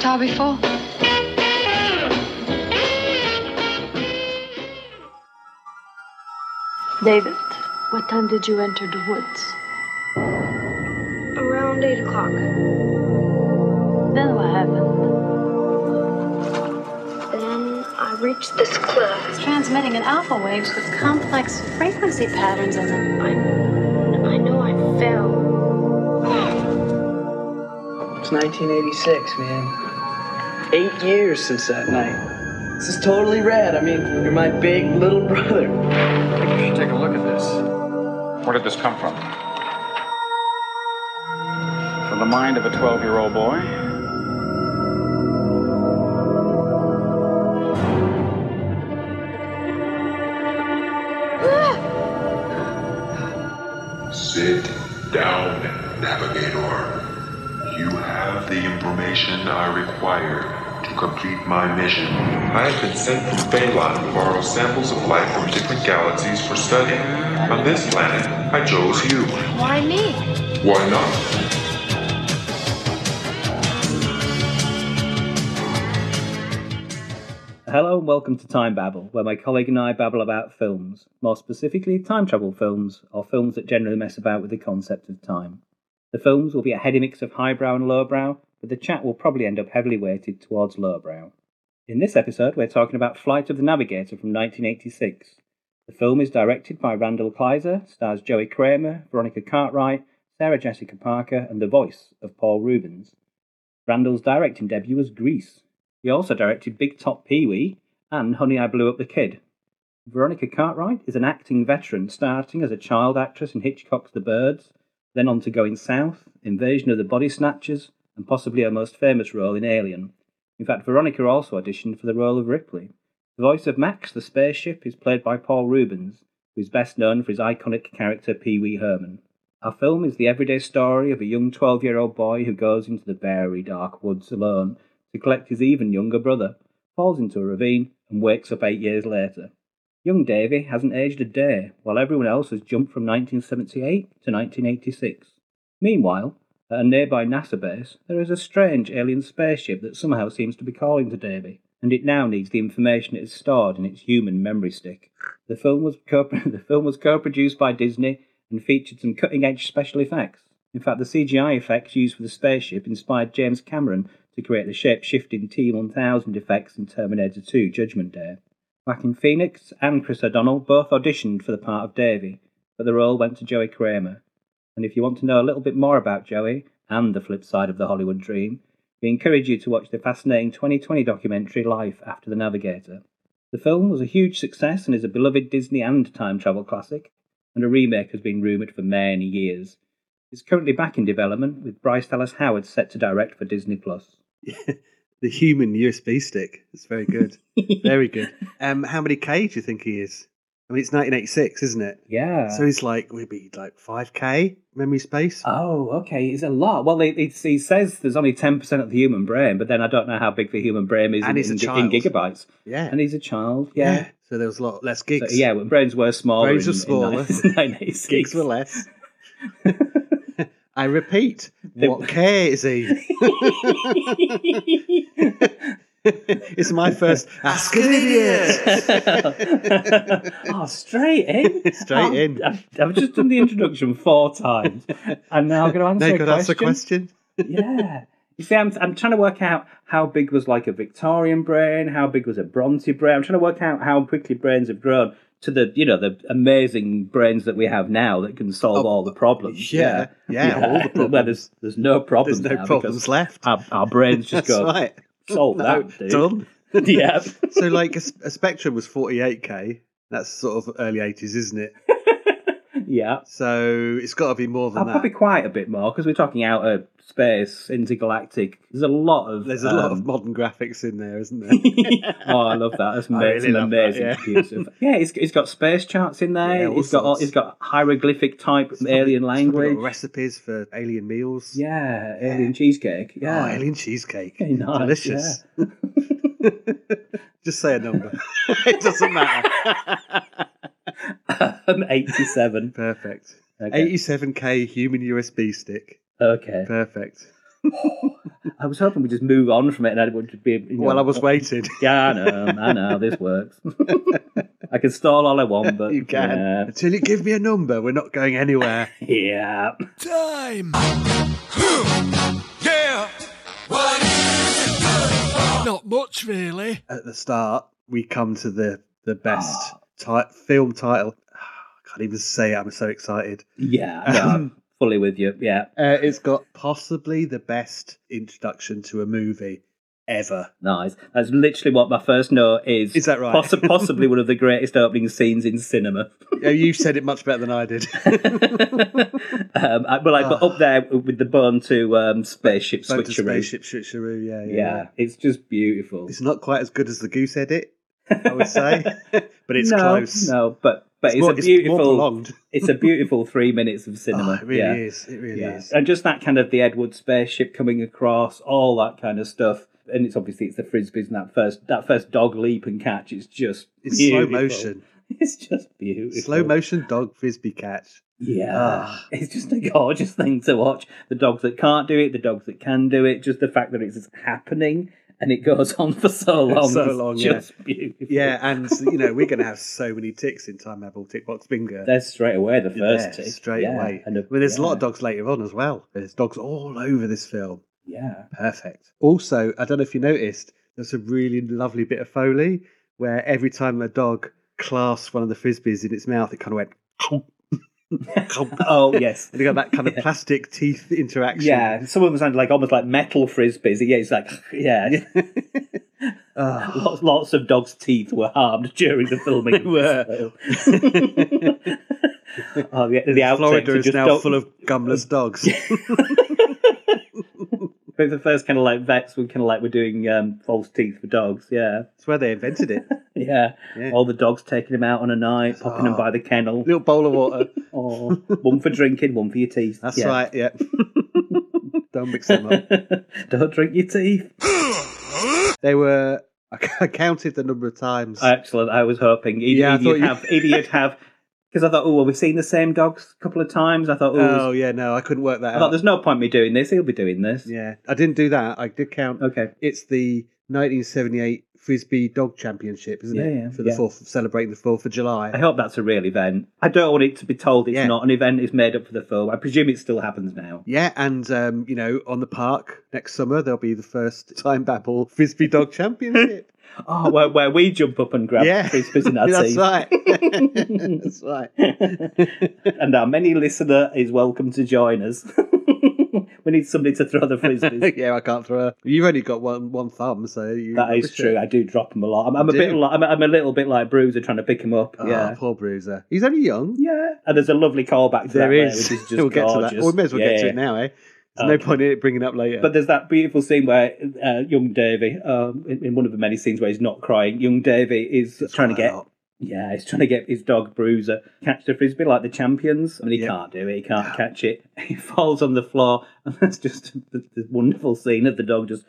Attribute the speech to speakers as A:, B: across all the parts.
A: car before?
B: David, what time did you enter the woods?
C: Around 8 o'clock.
B: Then what happened?
C: Then I reached this cliff.
D: It's transmitting in alpha waves with complex frequency patterns in them.
C: I, I know I fell.
E: It's 1986, man. Eight years since that night. This is totally rad. I mean, you're my big little brother.
F: I think you should take a look at this. Where did this come from? From the mind of a 12 year old boy?
G: Sit down, Navigator. You have the information I require to complete my mission. I have been sent from Phalon to borrow samples of life from different galaxies for study. On this planet, I chose you.
C: Why me?
G: Why not?
H: Hello and welcome to Time Babble, where my colleague and I babble about films, more specifically time travel films, or films that generally mess about with the concept of time. The films will be a heady mix of highbrow and lowbrow, but the chat will probably end up heavily weighted towards lowbrow. In this episode, we're talking about Flight of the Navigator from 1986. The film is directed by Randall Kleiser, stars Joey Kramer, Veronica Cartwright, Sarah Jessica Parker, and the voice of Paul Rubens. Randall's directing debut was Grease. He also directed Big Top Pee Wee and Honey, I Blew Up the Kid. Veronica Cartwright is an acting veteran, starting as a child actress in Hitchcock's The Birds, then on to Going South, Invasion of the Body Snatchers, and possibly her most famous role in Alien. In fact, Veronica also auditioned for the role of Ripley. The voice of Max the spaceship is played by Paul Rubens, who is best known for his iconic character Pee Wee Herman. Our film is the everyday story of a young 12 year old boy who goes into the very dark woods alone to collect his even younger brother, falls into a ravine, and wakes up eight years later. Young Davy hasn't aged a day, while everyone else has jumped from 1978 to 1986. Meanwhile, at a nearby NASA base, there is a strange alien spaceship that somehow seems to be calling to Davy, and it now needs the information it has stored in its human memory stick. The film was co- the film was co-produced by Disney and featured some cutting-edge special effects. In fact, the CGI effects used for the spaceship inspired James Cameron to create the shape-shifting T-1000 effects in Terminator 2: Judgment Day. Joaquin Phoenix and Chris O'Donnell both auditioned for the part of Davy, but the role went to Joey Kramer. And if you want to know a little bit more about Joey and the flip side of the Hollywood dream, we encourage you to watch the fascinating 2020 documentary Life After the Navigator. The film was a huge success and is a beloved Disney and time travel classic, and a remake has been rumoured for many years. It's currently back in development, with Bryce Dallas Howard set to direct for Disney Plus.
I: the human USB stick. It's very good. very good. Um, how many K do you think he is? I mean, it's 1986, isn't it?
H: Yeah.
I: so he's like maybe like 5K memory space.
H: Oh, okay. It's a lot. Well, it, it's, he says there's only 10% of the human brain, but then I don't know how big the human brain is
I: And
H: in,
I: he's a
H: in gi- in
I: child.
H: gigabytes.
I: yeah.
H: And he's a child, yeah.
I: So there was a lot less
H: So,
I: gigs.
H: yeah, when brains were smaller.
I: Brains
H: in,
I: were smaller.
H: In 1986.
I: gigs were less. I repeat,
H: They-
I: what K is he? it's my first ask an idiot.
H: oh, straight in.
I: Straight eh?
H: I'm-
I: in.
H: I've, I've just done the introduction four times, and now I'm going to answer
I: now
H: a
I: you could ask a
H: question.
I: question.
H: yeah. You see, I'm, I'm trying to work out how big was like a Victorian brain, how big was a Bronte brain. I'm trying to work out how quickly brains have grown to the, you know, the amazing brains that we have now that can solve
I: Oh,
H: all the problems.
I: yeah, yeah, all the
H: Where
I: problems.
H: there's, there's no problems
I: There's no
H: now because
I: problems left.
H: Our, our brains just
I: That's
H: go,
I: right.
H: solve
I: No,
H: that, dude.
I: done.
H: yeah.
I: so like a, s- a spectrum was 48k that's sort of early 80s isn't it
H: Yeah.
I: so it's got to be more than
H: I'll
I: that
H: probably quite a bit more because we're talking outer space, intergalactic. There's a lot of.
I: there's a lot of
H: um,
I: modern graphics in there isn't there
H: oh, I love that. That's
I: I
H: ma-
I: really
H: some
I: love that,
H: amazing
I: yeah.
H: computers. yeah, it's, it's got space charts in there.
I: Yeah, all
H: it's got all,
I: sorts.
H: it's got hieroglyphic type
I: It's probably-
H: alien
I: it's probably got
H: language.
I: recipes for alien meals
H: yeah,
I: Yeah.
H: alien cheesecake. Yeah,
I: Oh, alien cheesecake
H: Very nice,
I: delicious just say a number it doesn't matter
H: Um, eighty-seven.
I: perfect
H: Okay.
I: 87k human usb stick
H: okay.
I: perfect
H: I was hoping we'd just move on from it and it would be. You know,
I: Well, I was waiting.
H: Yeah, I know. I know. This works. I can stall all I want, but.
I: you can. Until you give me a number, we're not going anywhere.
H: Yeah. yeah.
A: Time. yeah. Not much, really.
I: At the start, we come to the the
H: Ah.
I: best ti- film title. I can't even say it. I'm so excited.
H: Yeah. no, I'm fully with you. Yeah.
I: Uh, it's got possibly the best introduction to a movie ever.
H: Nice. That's literally what my first note is.
I: Is that right?
H: Possi- possibly one of the greatest opening scenes in cinema.
I: Yeah, you said it much better than I did.
H: um, I, well, I put up there with the bone to um, spaceship
I: Phone to
H: switcheroo.
I: spaceship switcheroo. Yeah, yeah,
H: Yeah, it's just beautiful.
I: It's not quite as good as the goose edit, I would say, but it's
H: no,
I: close.
H: No, but but it's,
I: more-
H: a
I: it's more
H: beautiful.
I: prolonged.
H: It's, a beautiful three minutes of
I: Oh,
H: cinema.
I: it really
H: yeah.
I: is. It really
H: Yeah.
I: is.
H: And just that kind of the Edward spaceship coming across, all that kind of stuff. And it's obviously it's the frisbees and that first that first dog leap and catch is just
I: It's
H: beautiful.
I: slow motion.
H: It's just beautiful.
I: Slow motion dog frisbee catch.
H: Yeah.
I: Ah.
H: It's just a gorgeous thing to watch. The dogs that can't do it, the dogs that can do it, just the fact that it's just happening and it goes on for so long.
I: So
H: is
I: long, yeah.
H: just beautiful.
I: Yeah, and you know we're going to have so many ticks in time. Apple tick box bingo.
H: They're straight away the
I: They're
H: first
I: there
H: tick.
I: straight
H: Yeah,
I: away.
H: And
I: I mean, there's a lot of
H: yeah,
I: dogs later on as well. There's dogs all over this film.
H: Yeah.
I: Perfect. Also, I don't know if you noticed, there's a really lovely bit of foley where every time a dog clasps one of the frisbees in its mouth, it kind of went.
H: Oh yes.
I: And you got that kind of plastic teeth interaction.
H: Yeah, some of them sound like almost like metal frisbees. Yeah, it's like yeah.
I: Ah,
H: lots, lots of dogs' teeth were harmed during the filming. of this film. oh, the, the outtakes
I: Florida
H: are
I: is
H: just
I: now
H: dog-
I: full of gumless dogs.
H: But the first kind of like vets were kind of like we're doing um, false teeth for dogs. Yeah,
I: That's where they invented it.
H: yeah.
I: Yeah. Oh.
H: All the dogs taking them out on a night, popping them by the kennel.
I: Little bowl of water.
H: Oh, one for drinking, one for your teeth.
I: That's
H: Yeah.
I: right. Yeah. Don't mix them up.
H: Don't drink your teeth.
I: They were. I counted the number of times.
H: Excellent. I was hoping either,
I: Yeah, I
H: either
I: thought
H: you'd
I: you-
H: have either you'd have because I thought, oh, well, we've seen the same dogs a couple of times. I thought,
I: oh
H: oh,
I: yeah, no, I couldn't work that
H: I thought
I: out.
H: there's no point me doing this. He'll be doing this.
I: Yeah, I didn't do that. I did count.
H: Okay.
I: It's the 1978 Frisbee Dog Championship, isn't it?
H: Yeah, yeah,
I: For the
H: yeah.
I: fourth, celebrating the fourth of July.
H: I hope that's a real event. I don't want it to be told it's
I: Yeah.
H: not an event. It's made up for the film. I presume it still happens now.
I: Yeah, and um, you know, on the park next summer there'll be the first time babble Frisbee Dog Championship.
H: Oh, where, where we jump up and grab
I: yeah,
H: frisbees and our
I: that's
H: teeth.
I: right. that's right.
H: and our many listener is welcome to join us. we need somebody to throw the frisbees.
I: yeah, I can't throw. A... You've only got one one thumb, so you
H: that is true. I do drop them a lot. I'm, I'm a
I: You
H: bit.
I: do?
H: Li- I'm, a- I'm a little bit like Bruiser trying to pick him up.
I: Oh,
H: yeah.
I: poor Bruiser. He's only young.
H: Yeah, and there's a lovely callback to
I: There
H: that
I: is.
H: There, which is just
I: we'll get
H: gorgeous.
I: to that. We may as well get to
H: Yeah.
I: it
H: Um,
I: now, eh? There's no point in it bringing it up later.
H: But there's that beautiful scene where uh, young Davy, um, in, in one of the many scenes where he's not crying, young Davy is trying to
I: quite a
H: get,
I: lot.
H: yeah, he's trying to get his dog Bruiser catch the frisbee like the champions, and he
I: Yep.
H: can't do it. He can't catch it. He falls on the floor, and that's just the, the wonderful scene of the dog just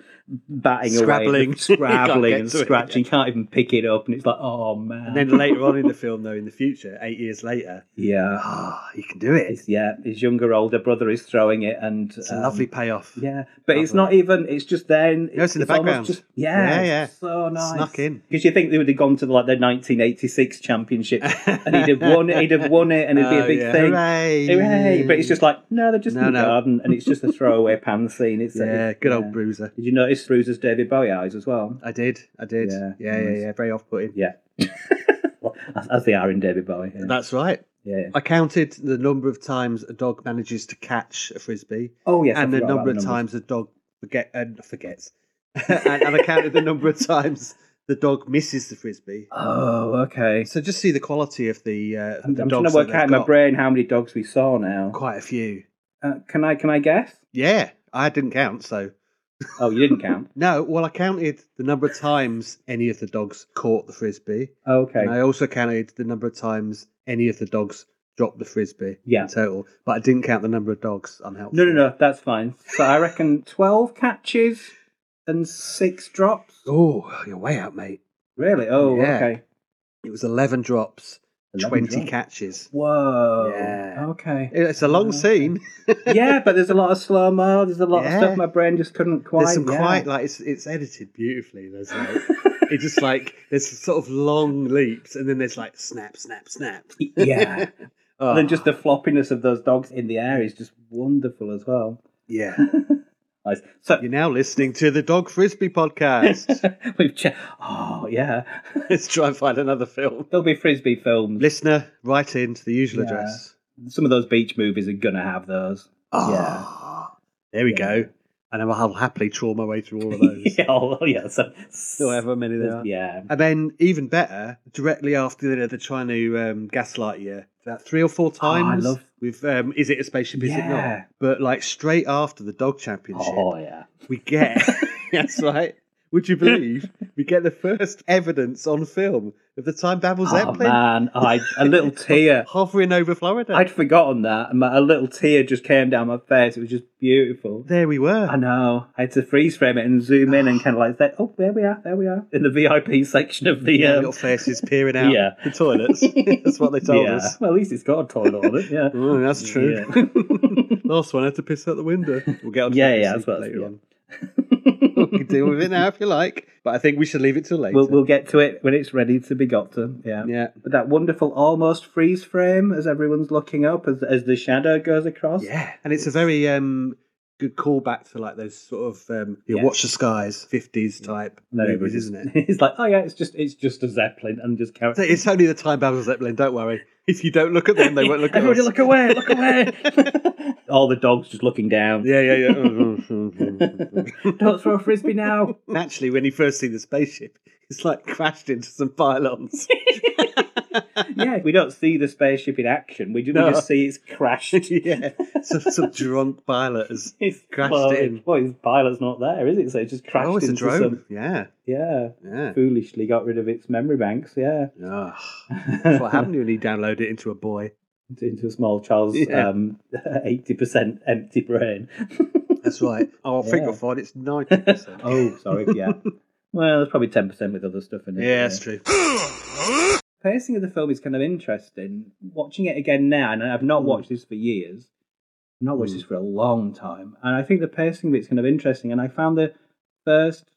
H: batting
I: Scrabbling.
H: away, scrabbling
I: Can't
H: and
I: get to it,
H: scratching. Can't even pick it up, and it's like, oh man.
I: And then later on in the film, though, in the future, eight years later,
H: yeah.
I: ah, you can do it.
H: His, yeah, his younger older brother is throwing it, and um,
I: It's a lovely payoff.
H: Yeah, but it's not even. It's just then.
I: No, it's in the
H: almost
I: background.
H: Just, yeah,
I: Yeah, yeah.
H: it's So nice.
I: Snuck in.
H: because you think they would have gone to like the 1986 championship and he'd have won. it, He'd have won it, and it'd be a
I: Oh,
H: big
I: yeah.
H: thing.
I: Hooray.
H: Hooray. But it's just like no, they're just
I: No,
H: in the
I: no.
H: garden, and it's just a throwaway pan scene. It's
I: yeah,
H: it's-
I: good
H: yeah.
I: old Bruiser.
H: Did you notice Bruiser's David Bowie eyes as well?
I: I did, I did.
H: Yeah,
I: Yeah, yeah, yeah.
H: nice.
I: Very off-putting.
H: Yeah, Well, as, as they are in David Bowie. Yeah.
I: That's right.
H: yeah. yeah.
I: I counted the number of times a dog manages to catch a frisbee,
H: Oh yes, I
I: and the
H: forgot about
I: number of
H: numbers.
I: times a dog forget uh, forgets, and, and I counted the number of times the dog misses the frisbee.
H: Oh, okay.
I: So just see the quality of the. Uh, of
H: I'm,
I: the
H: I'm trying
I: dogs that
H: to work
I: they've
H: out in my
I: got.
H: brain how many dogs we saw now.
I: Quite a few.
H: Uh, can I? Can I guess?
I: Yeah, I didn't count. So
H: Oh, you didn't count.
I: no, well, I counted the number of times any of the dogs caught the frisbee.
H: Okay.
I: And I also counted the number of times any of the dogs dropped the frisbee
H: Yeah.
I: in total, but I didn't count the number of dogs unhelpful.
H: No, no, no. That's fine. So I reckon twelve catches and six drops.
I: Oh, you're way out, mate.
H: Really? Oh,
I: Yeah.
H: okay.
I: It was 11 drops
H: 11
I: twenty
H: drums.
I: catches.
H: Whoa.
I: Yeah.
H: Oh, Okay.
I: It's a long scene.
H: yeah, but there's a lot of slow mo. There's a lot
I: Yeah.
H: of stuff my brain just couldn't quite.
I: there's some
H: yeah.
I: quite like it's it's edited beautifully. There's like it's just like there's sort of long leaps and then there's like snap, snap, snap.
H: yeah.
I: Oh,
H: And then just the floppiness of those dogs in the air is just wonderful as well.
I: yeah.
H: Nice. So
I: You're now listening to the Dog Frisbee podcast.
H: we've che- oh yeah,
I: Let's try and find another film.
H: there'll be frisbee films.
I: Listener, write in to the usual
H: Yeah.
I: address.
H: Some of those beach movies are gonna have those.
I: Ah, There we
H: Yeah.
I: go. And I'll I'll happily trawl my way through all of those.
H: yeah, oh, yeah. So,
I: However many there are.
H: yeah,
I: And then, even better, directly after they're, they're trying to um, gaslight you about three or four times.
H: Ah, love-
I: With um, is it a spaceship? Is it
H: Yeah.
I: not? But like straight after the dog championship,
H: oh yeah.
I: we get that's right. Would you believe we get the first evidence on film of the time Babel
H: Oh
I: Zeppelin
H: man, I a little tear.
I: hovering over Florida?
H: I'd forgotten that, and my, a little tear just came down my face. It was just beautiful.
I: There we were.
H: I know. I had to freeze frame it and zoom in and kind of like say, "Oh, there we are, there we are," in the VIP section of the.
I: Yeah,
H: Um,
I: little faces peering out
H: Yeah.
I: the toilets. that's what they told
H: yeah.
I: us.
H: Well, at least it's got a toilet on it. Yeah.
I: Oh, that's true.
H: Yeah.
I: Last one had to piss out the window. We'll get on to
H: Yeah,
I: that this
H: yeah, that's what-
I: later
H: yeah.
I: on. we can deal with it now if you like, but I think we should leave it till later.
H: We'll, we'll get to it when it's ready to be got to. Yeah.
I: Yeah.
H: But that wonderful almost freeze frame as everyone's looking up as, as the shadow goes across.
I: Yeah, and it's a very um, good callback to like those sort of um, you know,
H: Yeah.
I: Watch the Skies, fifties type
H: No,
I: movies,
H: it's-
I: isn't it?
H: It's like, oh yeah, it's just it's just a zeppelin and just carry.
I: So It's only the time Babel Zeppelin. Don't worry. If you don't look at them, they won't look at
H: Everybody
I: us.
H: look away, look away. All the dogs just looking down.
I: Yeah, yeah, yeah.
H: Don't throw a frisbee now.
I: Naturally, when you first see the spaceship, it's like crashed into some pylons.
H: yeah, we don't see the spaceship in action. We, ju-
I: No.
H: we just see it's crashed.
I: yeah, some, some drunk pilot has
H: It's
I: Crashed
H: well,
I: it in.
H: Well, his pilot's not there, is it? So it just crashed
I: Oh, it's a
H: into
I: drone.
H: some.
I: Yeah,
H: Yeah,
I: yeah.
H: foolishly got rid of its memory banks. Yeah,
I: Ugh. That's what happened when you download it into a boy.
H: into a small child's
I: Yeah.
H: um eighty percent empty brain.
I: That's right. Oh, I think
H: Yeah.
I: you'll find it's 90%.
H: oh, sorry. Yeah. Well, there's probably ten percent with other stuff in it.
I: yeah, that's true.
H: Pacing of the film is kind of interesting. Watching it again now, and I've not
I: Hmm.
H: watched this for years. I've not watched this for a long time, and I think the pacing of it's kind of interesting. And I found the first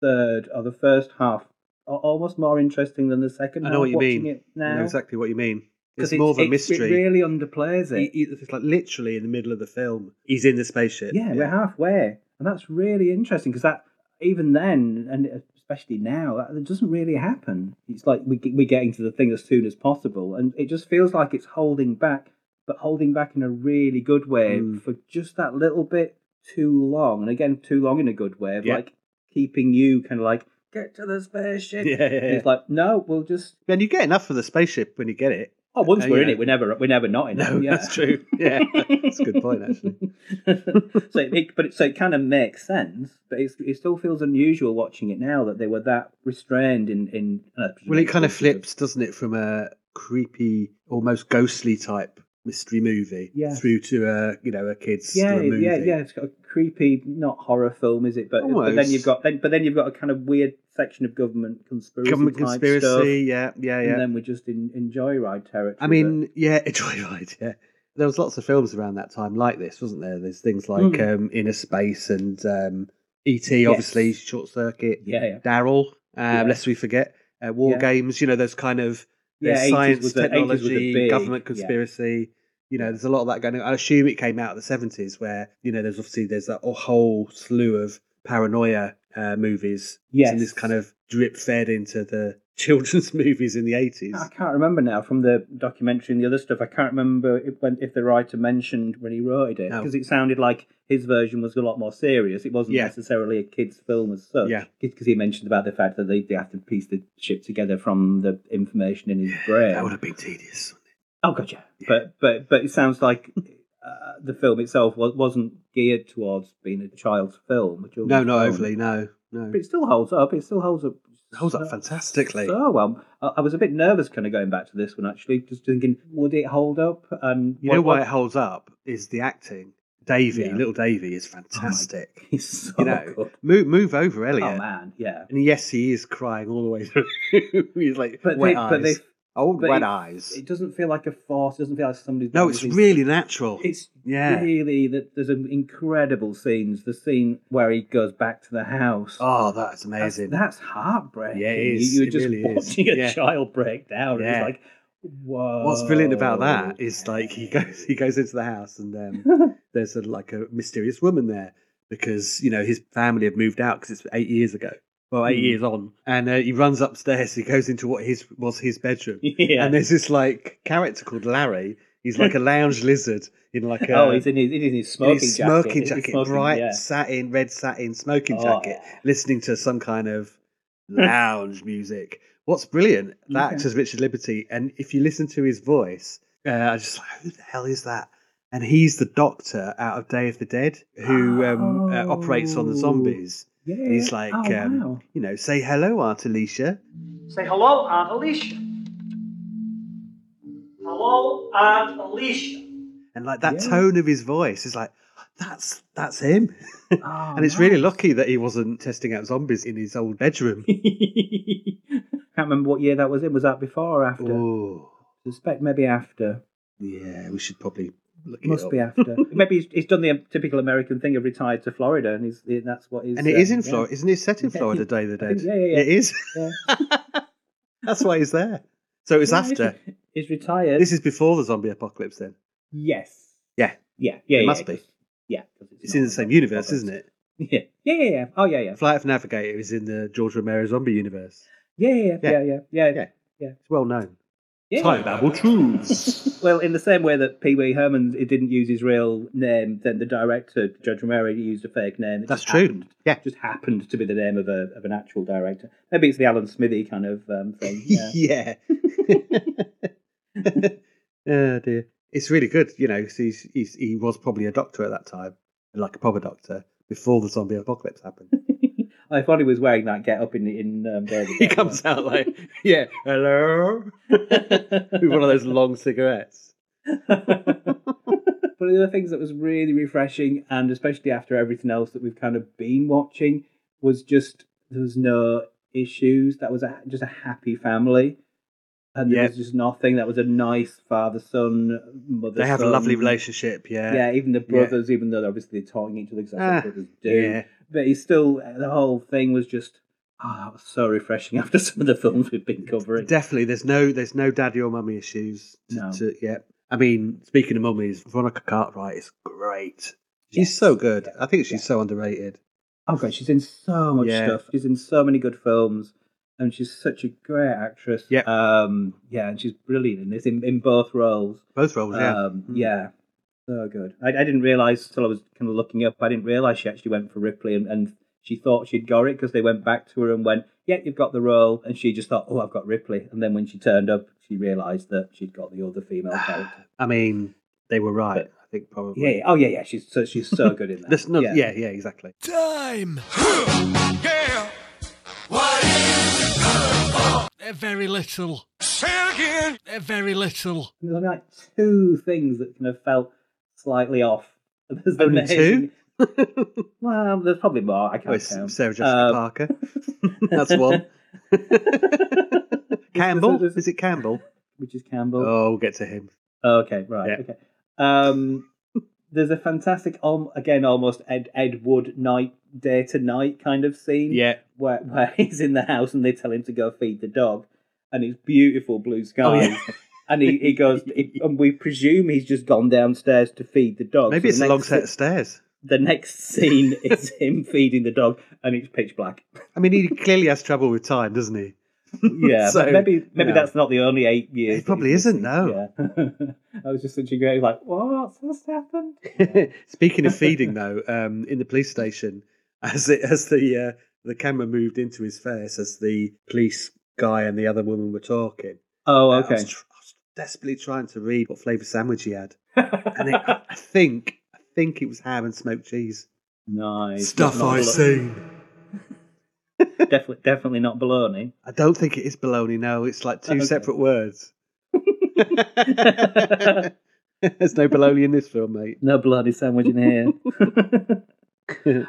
H: third or the first half a- almost more interesting than the second.
I: I
H: half,
I: know what you
H: watching
I: mean.
H: It
I: I
H: now.
I: know exactly what you mean.
H: 'Cause
I: It's more of a
H: it's- It
I: mystery.
H: really underplays it.
I: He- he- It's like literally in the middle of the film. He's in the spaceship.
H: yeah, we're halfway, and that's really interesting because that even then, and especially now, that it doesn't really happen. It's like we get- we're getting to the thing as soon as possible, and it just feels like it's holding back, but holding back in a really good way
I: Mm.
H: for just that little bit too long, and again, too long in a good way, of
I: Yeah.
H: like keeping you kind of like get to the spaceship.
I: Yeah, yeah,
H: And
I: yeah.
H: it's like no, we'll just
I: And you get enough of the spaceship when you get it.
H: oh, once
I: Uh,
H: we're in
I: yeah.
H: it, we're never we're never not in it.
I: No,
H: Yeah.
I: that's true. Yeah, that's a good point, actually.
H: so it, but it, so it kind of makes sense, but it's, it still feels unusual watching it now that they were that restrained in in. uh, and I presume
I: Well, it
H: it's
I: kind of
H: also-
I: flips, doesn't it, from a creepy, almost ghostly type mystery movie
H: Yeah.
I: through to a you know a kids
H: Yeah,
I: little movie.
H: yeah, yeah. It's got a creepy, not horror film, is it? But, but then
I: Almost.
H: you've got then, but then you've got a kind of weird section of government conspiracy,
I: Government
H: type
I: conspiracy.
H: stuff,
I: Yeah, yeah, yeah.
H: and then we're just in, in joyride territory.
I: I mean, yeah, a joyride. Yeah, there was lots of films around that time like this, wasn't there? There's things like
H: Mm.
I: um, Inner Space and um, E.T. Obviously, Short Circuit,
H: but- yeah, yeah,
I: Daryl. Um,
H: Yeah.
I: Lest we forget uh, War
H: Yeah.
I: Games. You know, those kind of
H: yeah.
I: there's
H: 80s
I: science,
H: was a- 80s was a
I: technology,
H: big-
I: government
H: yeah.
I: conspiracy. You know, there's a lot of that going on. I assume it came out of the seventies, where you know, there's obviously there's that whole slew of paranoia uh, movies.
H: Yes.
I: and this kind of drip fed into the children's movies in the eighties.
H: I can't remember now from the documentary and the other stuff. I can't remember if, when, if the writer mentioned when he wrote it
I: No.
H: because it sounded like his version was a lot more serious. It wasn't
I: Yeah.
H: necessarily a kids' film as such.
I: Yeah.
H: because he mentioned about the fact that they, they have to piece the ship together from the information in his brain.
I: That would have been tedious.
H: Oh, gotcha. But but but it sounds like uh, the film itself was, wasn't geared towards being a child's film. a
I: No,
H: children's
I: not
H: film.
I: overly. No, no.
H: But it still holds up. It still holds up.
I: It holds up
H: so-
I: fantastically.
H: So oh, well, I, I was a bit nervous kind of going back to this one actually, just thinking, would it hold up? And
I: You know
H: what-
I: why it holds up is the acting. Davy,
H: Yeah.
I: little Davy, is fantastic.
H: He's so
I: you know,
H: good.
I: move move over,
H: Oh
I: Elliot.
H: man, yeah.
I: And yes, he is crying all the way through. He's like
H: But
I: wet
H: they,
I: eyes.
H: but they
I: Old
H: But
I: red
H: it-
I: eyes.
H: It doesn't feel like a force. It doesn't feel like somebody's.
I: no,
H: done
I: it's
H: anything.
I: really natural.
H: It's
I: Yeah.
H: really that. There's an incredible scenes. The scene where he goes back to the house.
I: oh, that's
H: that's,
I: amazing.
H: that's heartbreaking.
I: Yeah, it
H: You-
I: is.
H: You, were
I: It
H: just
I: really is.
H: watching a
I: Yeah.
H: child break down.
I: Yeah.
H: It's like, whoa.
I: What's brilliant about
H: Oh,
I: that is like he goes he goes into the house and um, there's a, like a mysterious woman there because you know his family have moved out because it's eight years ago. Well, eight
H: Hmm.
I: years on, and uh, he runs upstairs. He goes into what his was his bedroom,
H: Yeah.
I: and there's this like character called Larry. He's like a lounge lizard in like a
H: oh, he's in his, he's in his
I: in
H: smoking
I: his
H: jacket.
I: smoking
H: He's
I: jacket,
H: smoking,
I: bright
H: yeah.
I: satin, red satin smoking
H: Oh.
I: jacket, listening to some kind of lounge music. What's brilliant, that
H: Okay.
I: actor's Richard Liberty, and if you listen to his voice, uh, I just like, who the hell is that? And he's the doctor out of Day of the Dead who um, uh, operates on the
H: Oh.
I: zombies.
H: Yeah.
I: And he's like,
H: oh,
I: um,
H: wow.
I: you know, say hello, Aunt Alicia.
J: Say hello, Aunt Alicia. Hello, Aunt Alicia.
I: And like that
H: Yeah.
I: tone of his voice is like, that's that's him.
H: Oh,
I: and it's really
H: nice.
I: lucky that he wasn't testing out zombies in his old bedroom.
H: Can't remember what year that was in. Was that before or after?
I: Oh,
H: Suspect maybe after.
I: yeah, we should probably look it
H: Must
I: up.
H: be after. maybe he's, he's done the typical American thing of retired to Florida, and he's and that's what he's.
I: And it
H: um,
I: is in
H: yeah.
I: Florida, isn't it? Set in
H: Yeah,
I: Florida,
H: yeah.
I: Day of the
H: I think-
I: Dead.
H: yeah, yeah, yeah.
I: It is.
H: Yeah.
I: That's why he's there. So it was
H: Yeah,
I: after.
H: he's- He's retired.
I: This is before the zombie apocalypse. Then
H: yes.
I: Yeah.
H: Yeah. Yeah.
I: It
H: yeah,
I: must be.
H: because- Yeah. 'cause
I: it's in the
H: not-
I: same
H: not-
I: universe,
H: not-
I: isn't it?
H: Yeah. Yeah. Yeah. Yeah. Oh yeah. Yeah.
I: Flight of Navigator is in the George Romero zombie universe.
H: Yeah. Yeah.
I: Yeah.
H: Yeah. Yeah. Yeah.
I: Yeah.
H: yeah.
I: It's well known.
H: yeah.
I: Time Babble Truths.
H: Well, in the same way that Pee Wee Herman it didn't use his real name, then the director Judge Romero used a fake name. It
I: That's
H: just
I: true.
H: Happened,
I: Yeah.
H: just happened to be the name of a of an actual director. Maybe it's the Alan Smithy kind of um, thing. Yeah.
I: yeah. oh dear. It's really good, you know. 'cause He's, he's, he was probably a doctor at that time, like a proper doctor, before the zombie apocalypse happened.
H: I thought he was wearing that get up in in. Um, Day of the
I: he
H: Dead.
I: comes out like, yeah, hello, with one of those long cigarettes.
H: One of the other things that was really refreshing, and especially after everything else that we've kind of been watching, was just there was no issues. That was a, just a happy family, and there
I: Yeah.
H: was just nothing. That was a nice father son mother.
I: They have a lovely
H: son.
I: relationship, yeah.
H: Yeah, even the brothers, even though they're obviously talking each other exactly
I: Ah,
H: what brothers do,
I: Yeah.
H: but he still the whole thing was just oh, that was so refreshing after some of the films we've been covering.
I: Definitely, there's no there's no daddy or mummy issues. To,
H: No.
I: to- yeah. I mean, speaking of mummies, Veronica Cartwright is great. She's
H: Yes.
I: so good. I think she's
H: Yeah.
I: so underrated.
H: Oh, great. She's in so much
I: Yeah.
H: stuff. She's in so many good films. And she's such a great actress.
I: Yeah.
H: Um, yeah, and she's brilliant in this, in, in both roles.
I: Both roles, yeah.
H: Um,
I: Mm.
H: Yeah. So good. I, I didn't realise till I was kind of looking up, I didn't realise she actually went for Ripley and, and she thought she'd got it because they went back to her and went, yeah, you've got the role. And she just thought, oh, I've got Ripley. And then when she turned up, she realised that she'd got the other female character.
I: I mean, they were right. I think probably.
H: Yeah, yeah. Oh, yeah, yeah. She's so, she's so good in that.
I: There's no, yeah. yeah, exactly.
A: Time. Eh, Very little. Eh, Very little.
H: there's only like two things that kind of felt slightly off. There's the
I: Only
H: amazing-
I: oh,
H: Well, there's probably more. I can't
I: it's
H: count.
I: Sarah Jessica
H: Um,
I: Parker. That's one. Campbell?
H: there's-
I: Is it Campbell?
H: which is Campbell. Oh,
I: Oh, we'll get to him.
H: Okay, right.
I: Yeah.
H: Okay. Um, there's a fantastic, um, again, almost Ed Ed Wood night day to night kind of scene.
I: Yeah.
H: Where, where he's in the house and they tell him to go feed the dog, and it's beautiful blue
I: Oh,
H: skies. And he, he goes, he, and we presume he's just gone downstairs to feed the dog.
I: Maybe
H: So
I: it's
H: the
I: a long
H: next
I: set of stairs.
H: the next scene is him feeding the dog and it's pitch black.
I: I mean, he clearly has trouble with time, doesn't he?
H: Yeah,
I: So,
H: but maybe maybe
I: no.
H: that's not the only eight
I: It
H: years. that
I: probably
H: he's
I: isn't,
H: missing. Yeah. I was just such a great like, what's just happened?
I: Speaking of feeding, though, um, in the police station, as it, as the uh, the camera moved into his face, as the police guy and the other woman were talking,
H: Oh,
I: I
H: okay.
I: was, tr- I was desperately trying to read what flavour sandwich he had, and it, I think I think it was ham and smoked cheese.
H: nice.
I: Stuff
H: Not
I: I
H: bolo-
I: seen.
H: Definitely, definitely not baloney.
I: I don't think it is bologna. No, it's like two
H: Okay.
I: separate words. There's no bologna in this film, mate.
H: No bloody sandwich in here.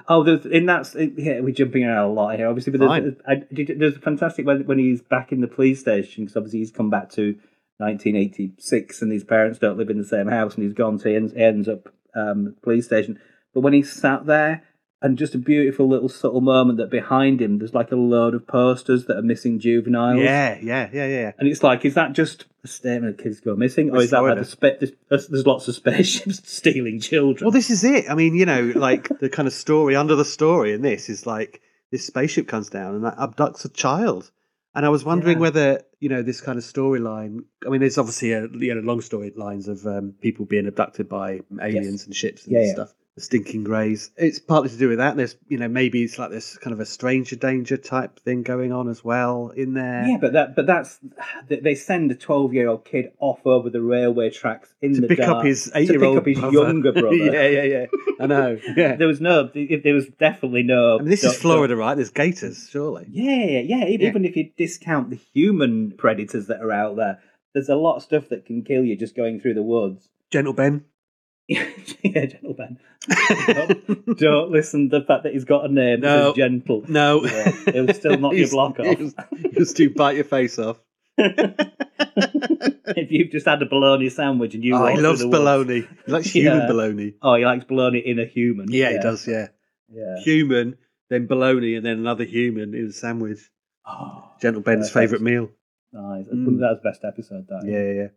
H: Oh, there's in that. Yeah, we're jumping around a lot here, obviously. But there's, I, did- there's a fantastic when, when he's back in the police station because obviously he's come back to 1986 and his parents don't live in the same house and he's gone, so he ends, ends up um, at the police station. But when he sat there and just a beautiful little subtle moment that behind him there's like a load of posters that are missing juveniles.
I: yeah, yeah, yeah, yeah.
H: And it's like, is that just a statement of kids go missing, or
I: It's
H: is that like
I: Florida.
H: the spa- there's, there's lots of spaceships stealing children?
I: Well, this is it. I mean, you know, like the kind of story under the story in this is like this spaceship comes down and that abducts a child. And I was wondering
H: Yeah.
I: whether you know this kind of storyline. I mean, there's obviously a you know long storylines of um, people being abducted by aliens and ships and
H: Yeah, yeah.
I: stuff. The stinking greys. It's partly to do with that. There's you know maybe it's like this kind of a stranger danger type thing going on as well in there.
H: Yeah, but that but that's that they send a twelve year old kid off over the railway tracks in
I: to
H: the
I: pick up
H: dark
I: his
H: to pick
I: eight-year-old
H: up his
I: brother.
H: younger brother.
I: yeah, yeah, yeah. I know. Yeah.
H: There was no, if there was definitely no.
I: I mean, this is
H: don't-
I: Florida, right? There's gators, surely.
H: Yeah, yeah, yeah. e-
I: Yeah.
H: Even if you discount the human predators that are out there, there's a lot of stuff that can kill you just going through the woods.
I: Gentle Ben.
H: yeah, Gentle Ben. don't, don't listen to the fact that he's got a name that
I: No.
H: says Gentle.
I: No,
H: Yeah, it'll still knock your
I: He's-
H: block off.
I: he's- He'll still bite your face off.
H: if you've just had a bologna sandwich and you
I: oh,
H: walk
I: he
H: through
I: loves
H: the woods-
I: baloney. He likes human
H: Yeah.
I: baloney.
H: Oh, he likes bologna in a human.
I: Yeah, he does. Yeah,
H: Yeah.
I: human, then baloney, and then another human in a sandwich.
H: Oh,
I: Gentle Ben's
H: Perfect.
I: favourite meal.
H: nice.
I: Mm.
H: That was best episode. That.
I: Yeah, yeah, yeah.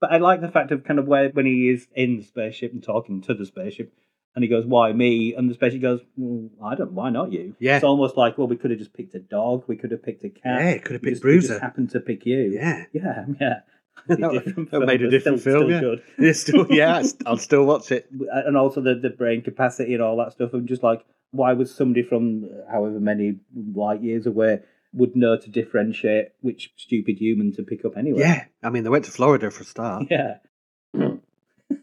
H: But I like the fact of kind of where when he is in the spaceship and talking to the spaceship, and he goes, "Why me?" and the spaceship goes, well, "I don't. Why not you?"
I: Yeah.
H: It's almost like, well, we could have just picked a dog. We could have picked a cat.
I: Yeah, could have
H: uh,
I: picked
H: we just, we just
I: Bruiser.
H: happened to pick you.
I: Yeah.
H: Yeah. Yeah. It'd be a different
I: That made a
H: but
I: different
H: still-
I: film.
H: still
I: yeah.
H: good. uh,
I: yeah, still, yeah, I'd- I'll still watch it.
H: and also the, the brain capacity and all that stuff. I'm just like, why would somebody from uh, however many light years away would know to differentiate which stupid human to pick up anyway?
I: Yeah, I mean, they went to Florida for a start.
H: yeah.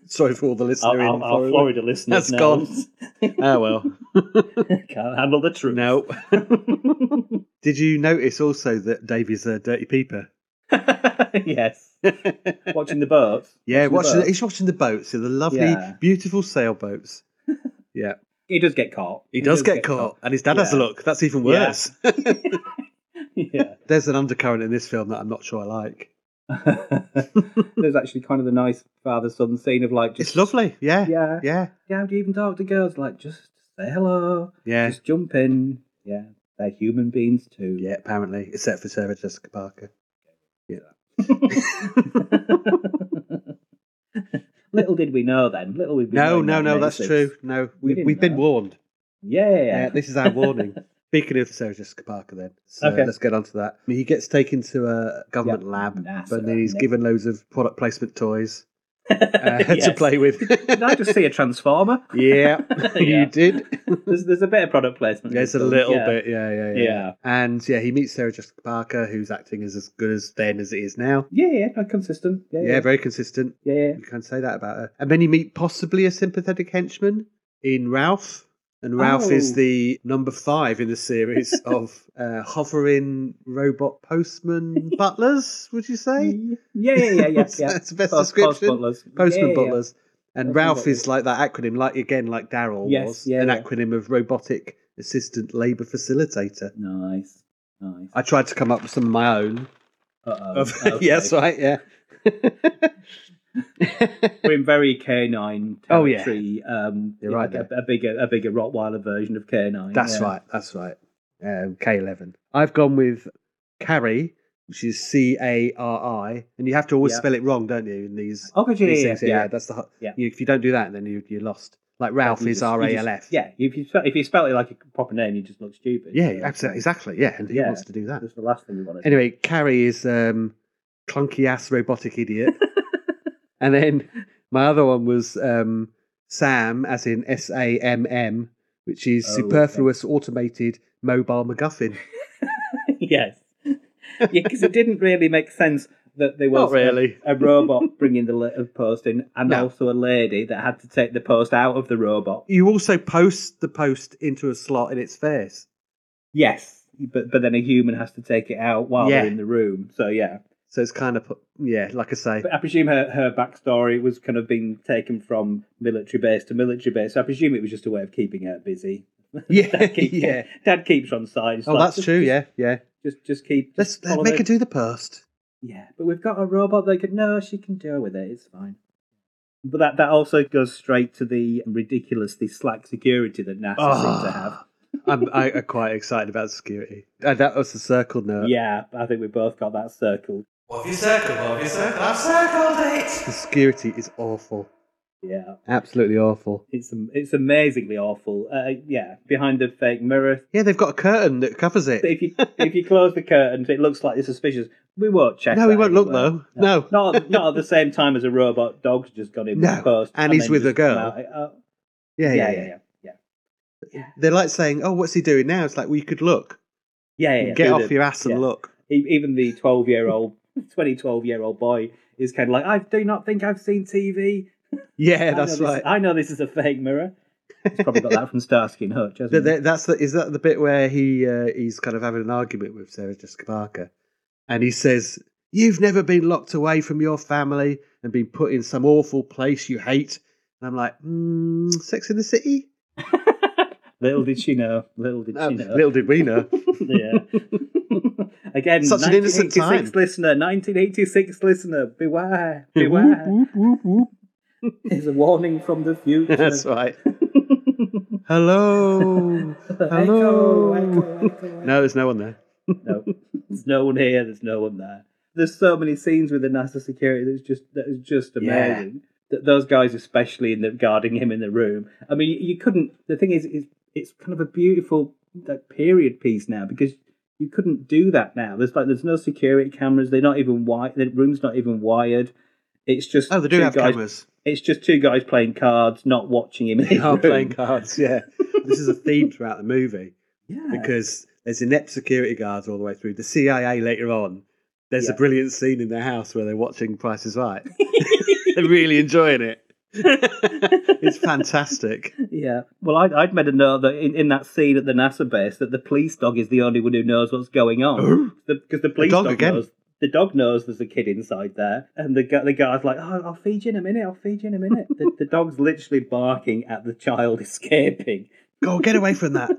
I: Sorry for all the listener
H: Our,
I: in
H: our, our
I: Florida.
H: Florida listeners
I: That's
H: now
I: Oh well.
H: can't handle the truth.
I: No. Did you notice also that Davey's a dirty peeper?
H: yes. Watching the boats.
I: Yeah,
H: Watching
I: watching the
H: the boats.
I: he's watching the boats, yeah, the lovely,
H: Yeah.
I: beautiful sailboats. Yeah,
H: He does get caught.
I: he, does, get, caught, and his dad has a
H: Yeah.
I: look. That's even
H: Yeah.
I: worse.
H: yeah.
I: There's an undercurrent in this film that I'm not sure I like.
H: There's actually kind of the nice father son scene of like just
I: It's lovely. Yeah, yeah,
H: Yeah.
I: yeah,
H: Yeah, how do you even talk to girls? Like, just say hello.
I: yeah.
H: Just jump in. Yeah, they're human beings too.
I: apparently, except for Sarah Jessica Parker.
H: little did we know then. Little we
I: No, no, no, that's true. No,
H: We
I: we,
H: didn't
I: we've been
H: know.
I: warned.
H: Yeah.
I: Yeah, this is our warning. Speaking of Sarah Jessica Parker, then so
H: Okay.
I: let's get on to that. He gets taken to a government
H: Yeah,
I: lab,
H: NASA,
I: but then he's
H: NASA.
I: given loads of product placement toys uh, to
H: Yes.
I: play with.
H: Did I just see a transformer?
I: yeah,
H: Yeah.
I: you did.
H: There's, there's a bit of product placement. in
I: There's a
H: this film,
I: little
H: yeah.
I: bit, yeah, yeah, yeah,
H: Yeah.
I: And yeah, he meets Sarah Jessica Parker, who's acting as as good as then as it is now.
H: Yeah, yeah, no, consistent. Yeah,
I: Yeah,
H: yeah,
I: very consistent.
H: yeah. yeah.
I: You can say that about her. And then you meet possibly a sympathetic henchman in Ralph. And Ralph is
H: Oh.
I: the number five in the series of uh, hovering robot postman butlers, would you say?
H: Yeah, yeah, yeah, yeah.
I: That's-
H: yeah.
I: that's the best
H: Post-
I: description.
H: Post-butlers. Yeah,
I: Postman
H: yeah, yeah.
I: butlers. And
H: Postman
I: Ralph
H: butlers.
I: is like that acronym, like again, like Daryl
H: Yes,
I: was,
H: yeah,
I: an
H: yeah.
I: acronym of robotic assistant labour facilitator.
H: Nice. Nice.
I: I tried to come up with some of my own.
H: Uh-oh.
I: Of, Yes, right, yeah.
H: We're in very canine
I: Oh, yeah.
H: territory. um,
I: You're right
H: like a, a bigger, a bigger Rottweiler version of canine.
I: That's
H: yeah.
I: right. That's right. Um, K11. I've gone with Carrie, which is C A R I, and you have to always
H: Yeah.
I: spell it wrong, don't you? In these,
H: Oh, yeah,
I: these
H: yeah,
I: things,
H: yeah, yeah.
I: That's the. hu-
H: Yeah.
I: You, if you don't do that, then you, you're lost. Like Ralph
H: You
I: is
H: just- you
I: R A
H: just-
I: L F.
H: Yeah, if you spell, if you spell it like a proper name, you just look stupid.
I: Yeah.
H: So
I: Absolutely. Exactly. Yeah. And who
H: Yeah.
I: wants to do that?
H: That's the last thing you want to
I: Anyway, Carrie is um, clunky ass robotic idiot, and then my other one was um, Sam, as in S A M M, which is
H: Oh, okay.
I: superfluous automated mobile MacGuffin.
H: do. yes. Yeah, because it didn't really make sense that there was
I: Not really.
H: a, a robot bringing the le- post in, and
I: No.
H: also a lady that had to take the post out of the robot.
I: You also post the post into a slot in its face.
H: Yes, but but then a human has to take it out while
I: Yeah.
H: they're in the room. So yeah,
I: So it's kind of put, yeah, like I say,
H: But I presume her, her backstory was kind of being taken from military base to military base. I presume it was just a way of keeping her busy.
I: yeah,
H: Dad keeps,
I: yeah.
H: Dad keeps her on side. It's
I: Oh,
H: like,
I: that's
H: just-
I: true.
H: just-
I: Yeah, yeah.
H: Just just keep.
I: Let's
H: just
I: let
H: follow
I: make
H: her.
I: her do the past.
H: Yeah, but we've got a robot that could. No, she can deal with it. It's fine. But that, that also goes straight to the ridiculously slack security that NASA seems to have.
I: I'm I, am quite excited about security. Uh, that was the circle note.
H: Yeah, I think we both got that circled.
K: What have you circled? What have you circled? I've circled it!
I: The security is awful.
H: Yeah,
I: Absolutely awful.
H: it's am- it's amazingly awful. Uh, yeah, behind the fake mirror.
I: Yeah, they've got a curtain that covers it.
H: But if you if you close the curtains, it looks like it's suspicious. We won't check.
I: No,
H: that
I: we won't look
H: anywhere.
I: though. No.
H: not not at the same time as a robot dog's just got him
I: No,
H: post,
I: and he's
H: then
I: with
H: just
I: a girl.
H: come out. Uh,
I: Yeah,
H: yeah,
I: yeah,
H: yeah, yeah, yeah,
I: They're like saying, "Oh, what's he doing now?" It's like we could look.
H: yeah, yeah, yeah.
I: Get
H: Do
I: off
H: the-
I: your ass and
H: yeah.
I: look.
H: E- Even the twelve-year-old, twenty twelve-year-old boy is kind of like, I do not think I've seen TV.
I: Yeah,
H: I know
I: that's
H: this-
I: right.
H: I know this is a fake mirror. He's probably got that from Starsky and Hutch, hasn't
I: Th-
H: he?
I: th- that's the, is that the bit where he uh, he's kind of having an argument with Sarah Jessica Parker, and he says, "You've never been locked away from your family and been put in some awful place you hate." And I'm like, mm, "Sex in the City."
H: Little did she know. Little did
I: No,
H: she know.
I: Oh, Um, little did we know.
H: yeah. Again,
I: Such an innocent
H: 1986
I: time.
H: listener, 1986 listener, beware,
I: Whoop,
H: beware.
I: whoop, whoop, whoop.
H: There's a warning from the future.
I: That's right. Hello.
H: Echo,
I: Hello.
H: echo, echo,
I: No, there's no one there.
H: no, there's no one here. There's no one there. There's so many scenes with the NASA security that's just that is just
I: Yeah.
H: amazing. That those guys, especially in the guarding him in the room. I mean, you couldn't. The thing is, it's, it's kind of a beautiful like period piece now because you couldn't do that now. There's like there's no security cameras. They're not even wired. The room's not even wired. It's just
I: Oh, they do
H: two
I: have
H: guys-
I: cameras.
H: It's just two guys playing cards, not watching him. in
I: They
H: his
I: are
H: room.
I: playing cards. Yeah, this is a theme throughout the movie.
H: Yeah.
I: because there's inept security guards all the way through. The CIA later on, there's a
H: Yeah.
I: brilliant scene in their house where they're watching Price is Right. they're really enjoying it. it's fantastic.
H: Yeah. Well, I'd, I'd made a note that in, in that scene at the NASA base that the police dog is the only one who knows what's going on. Because the, police
I: dog
H: dog,
I: again.
H: knows. The dog knows there's a kid inside there, and the gu- the guy's like, "Oh, I'll feed you in a minute. I'll feed you in a minute." the, the dog's literally barking at the child escaping.
I: Go on, get away from that.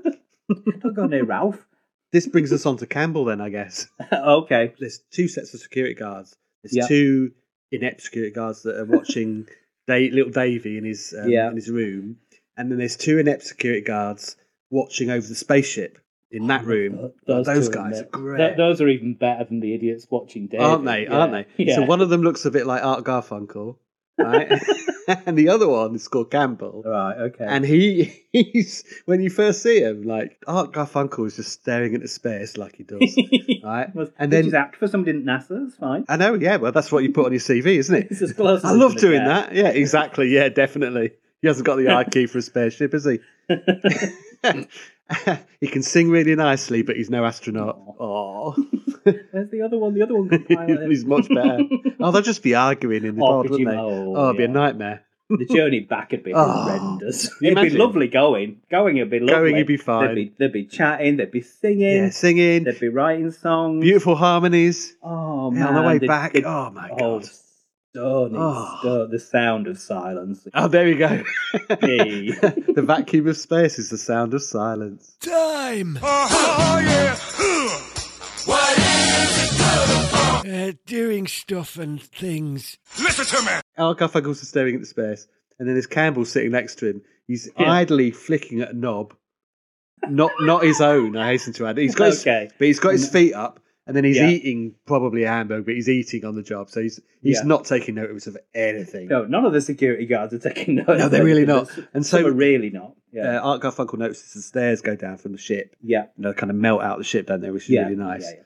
H: Don't go near Ralph.
I: This brings us on to Campbell then, I guess.
H: okay.
I: There's two sets of security guards. There's
H: Yeah.
I: two inept security guards that are watching da- little Davy in his um,
H: Yeah.
I: in his room, and then there's two inept security guards watching over the spaceship in that room. Those,
H: Oh, two are
I: guys
H: ne-
I: are great.
H: Th- those are even better than the idiots watching David.
I: aren't they?
H: Yeah.
I: Aren't they?
H: Yeah.
I: So one of them looks a bit like Art Garfunkel, right? and the other one is called Campbell.
H: Right. Okay.
I: And he, he's when you first see him, like Art Garfunkel is just staring into space like he does, right?
H: and
I: And
H: then
I: then
H: he's act for somebody at NASA. It's fine.
I: I know, yeah. Well, that's what you put on your CV, isn't it?
H: It's as close. as
I: I
H: it's
I: love
H: gonna
I: doing
H: get.
I: that. Yeah, exactly. Yeah, definitely. He hasn't got the IQ for a spaceship, has he? he can sing really nicely, but he's no astronaut. Oh,
H: Where's the other one? The other one could pilot.
I: he's much better. Oh, they'll just be arguing in the
H: Oh,
I: pod,
H: could
I: wouldn't
H: you-
I: they?
H: oh,
I: Oh, it'd be a
H: yeah.
I: nightmare.
H: the journey back would be
I: Oh,
H: horrendous.
I: you
H: It'd be
I: imagine?
H: lovely going. Going would be lovely.
I: Going, you'd be
H: They'd
I: fine.
H: be, they'd be chatting. They'd be singing.
I: Yeah, singing,
H: They'd be writing songs.
I: beautiful harmonies.
H: Oh
I: Yeah,
H: man!
I: on the way
H: they'd-
I: back.
H: they'd-
I: Oh my
H: Oh,
I: god.
H: stunning.
I: Oh.
H: stu- the sound of silence.
I: Oh, there we go.
H: Hey.
I: the vacuum of space is the sound of silence.
A: Time!
K: Oh, yeah! What is it good for?
A: Uh, doing stuff and things.
K: Listen to me!
I: Al Garfunkel's just staring at the space, and then there's Campbell sitting next to him. He's
H: Yeah.
I: idly flicking at a knob, not not his own. I hasten to add, he's got
H: Okay.
I: his, but he's got his feet up, and then he's
H: Yeah.
I: eating probably a hamburger, but he's eating on the job, so he's he's
H: Yeah.
I: not taking notice of anything.
H: No, none of the security guards are taking notice.
I: No, they're really not. And
H: Some are
I: so
H: really not. Yeah.
I: uh, Art Garfunkel notices the stairs go down from the ship,
H: yeah.
I: and they kind of melt out of the ship down there, which is
H: Yeah.
I: really nice.
H: Yeah, yeah.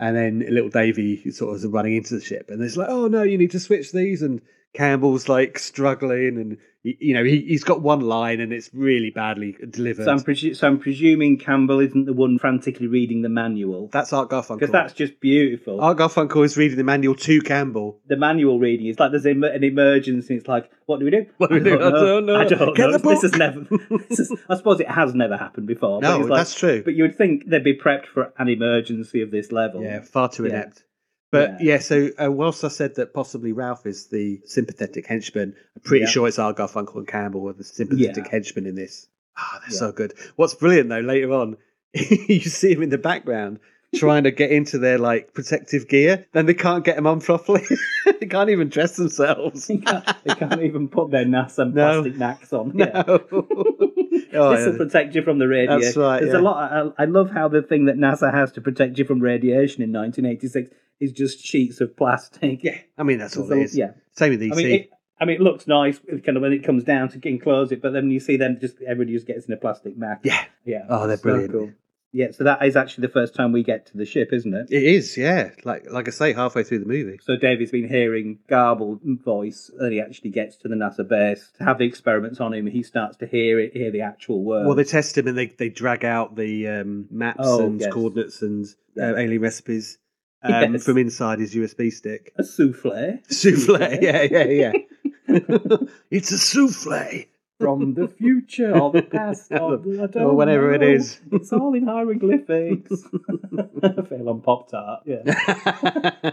I: And then little Davy sort of is running into the ship, and it's like, "Oh no, you need to switch these." And Campbell's like struggling, and y- you know he he's got one line, and it's really badly delivered.
H: So I'm, presu- so I'm presuming Campbell isn't the one frantically reading the manual
I: that's Art Garfunkel.
H: because that's just beautiful.
I: Art Garfunkel is reading the manual to Campbell.
H: the manual reading is like there's em- an emergency. It's like, what do we do?
I: What do we do? I don't know.
H: I don't
I: Get
H: know.
I: the
H: This has
I: book.
H: never. This is, I suppose it has never happened before. but
I: No,
H: it's like-
I: that's true.
H: But you would think they'd be prepped for an emergency of this level.
I: Yeah, far too
H: Yeah.
I: inept. But yeah, so uh, whilst I said that possibly Ralph is the sympathetic henchman, I'm pretty
H: Yeah.
I: sure it's Garfunkel and Campbell are the sympathetic
H: Yeah.
I: henchmen in this. Ah, they're so
H: Yeah.
I: good. What's brilliant though, later on, you see him in the background trying to get into their like protective gear, and they can't get them on properly. they can't even dress themselves. they,
H: can't, even put their NAS and plastic knacks on. this will
I: Oh, yeah.
H: protect you from the radiation.
I: That's right,
H: There's
I: yeah.
H: a lot. I, I love how the thing that NASA has to protect you from radiation in 1986 is just sheets of plastic. Yeah,
I: I mean that's all
H: There's
I: it
H: a-
I: is.
H: Yeah,
I: Same with E ET.
H: I mean, it, I mean, it looks nice kind of when it comes down to enclose it, but then you see them just everybody just gets in a plastic mat.
I: Yeah,
H: yeah.
I: Oh, they're
H: So
I: brilliant.
H: cool. Yeah, so that is actually the first time we get to the ship, isn't it?
I: It is, yeah. Like like I say, halfway through the movie.
H: So David's been hearing garbled voice, and he actually gets to the NASA base to have the experiments on him. He starts to hear it, hear the actual words.
I: Well, they test him and they, they drag out the um, maps
H: Oh,
I: and
H: yes.
I: coordinates and
H: Yeah.
I: uh, alien recipes um,
H: Yes.
I: from inside his USB stick.
H: a souffle. eh?
I: Souffle, yeah, yeah, yeah. it's a souffle.
H: from the future or the past or, the- I don't
I: Or whatever it
H: know.
I: is.
H: It's all in hieroglyphics. Fail on Pop Tart. Yeah.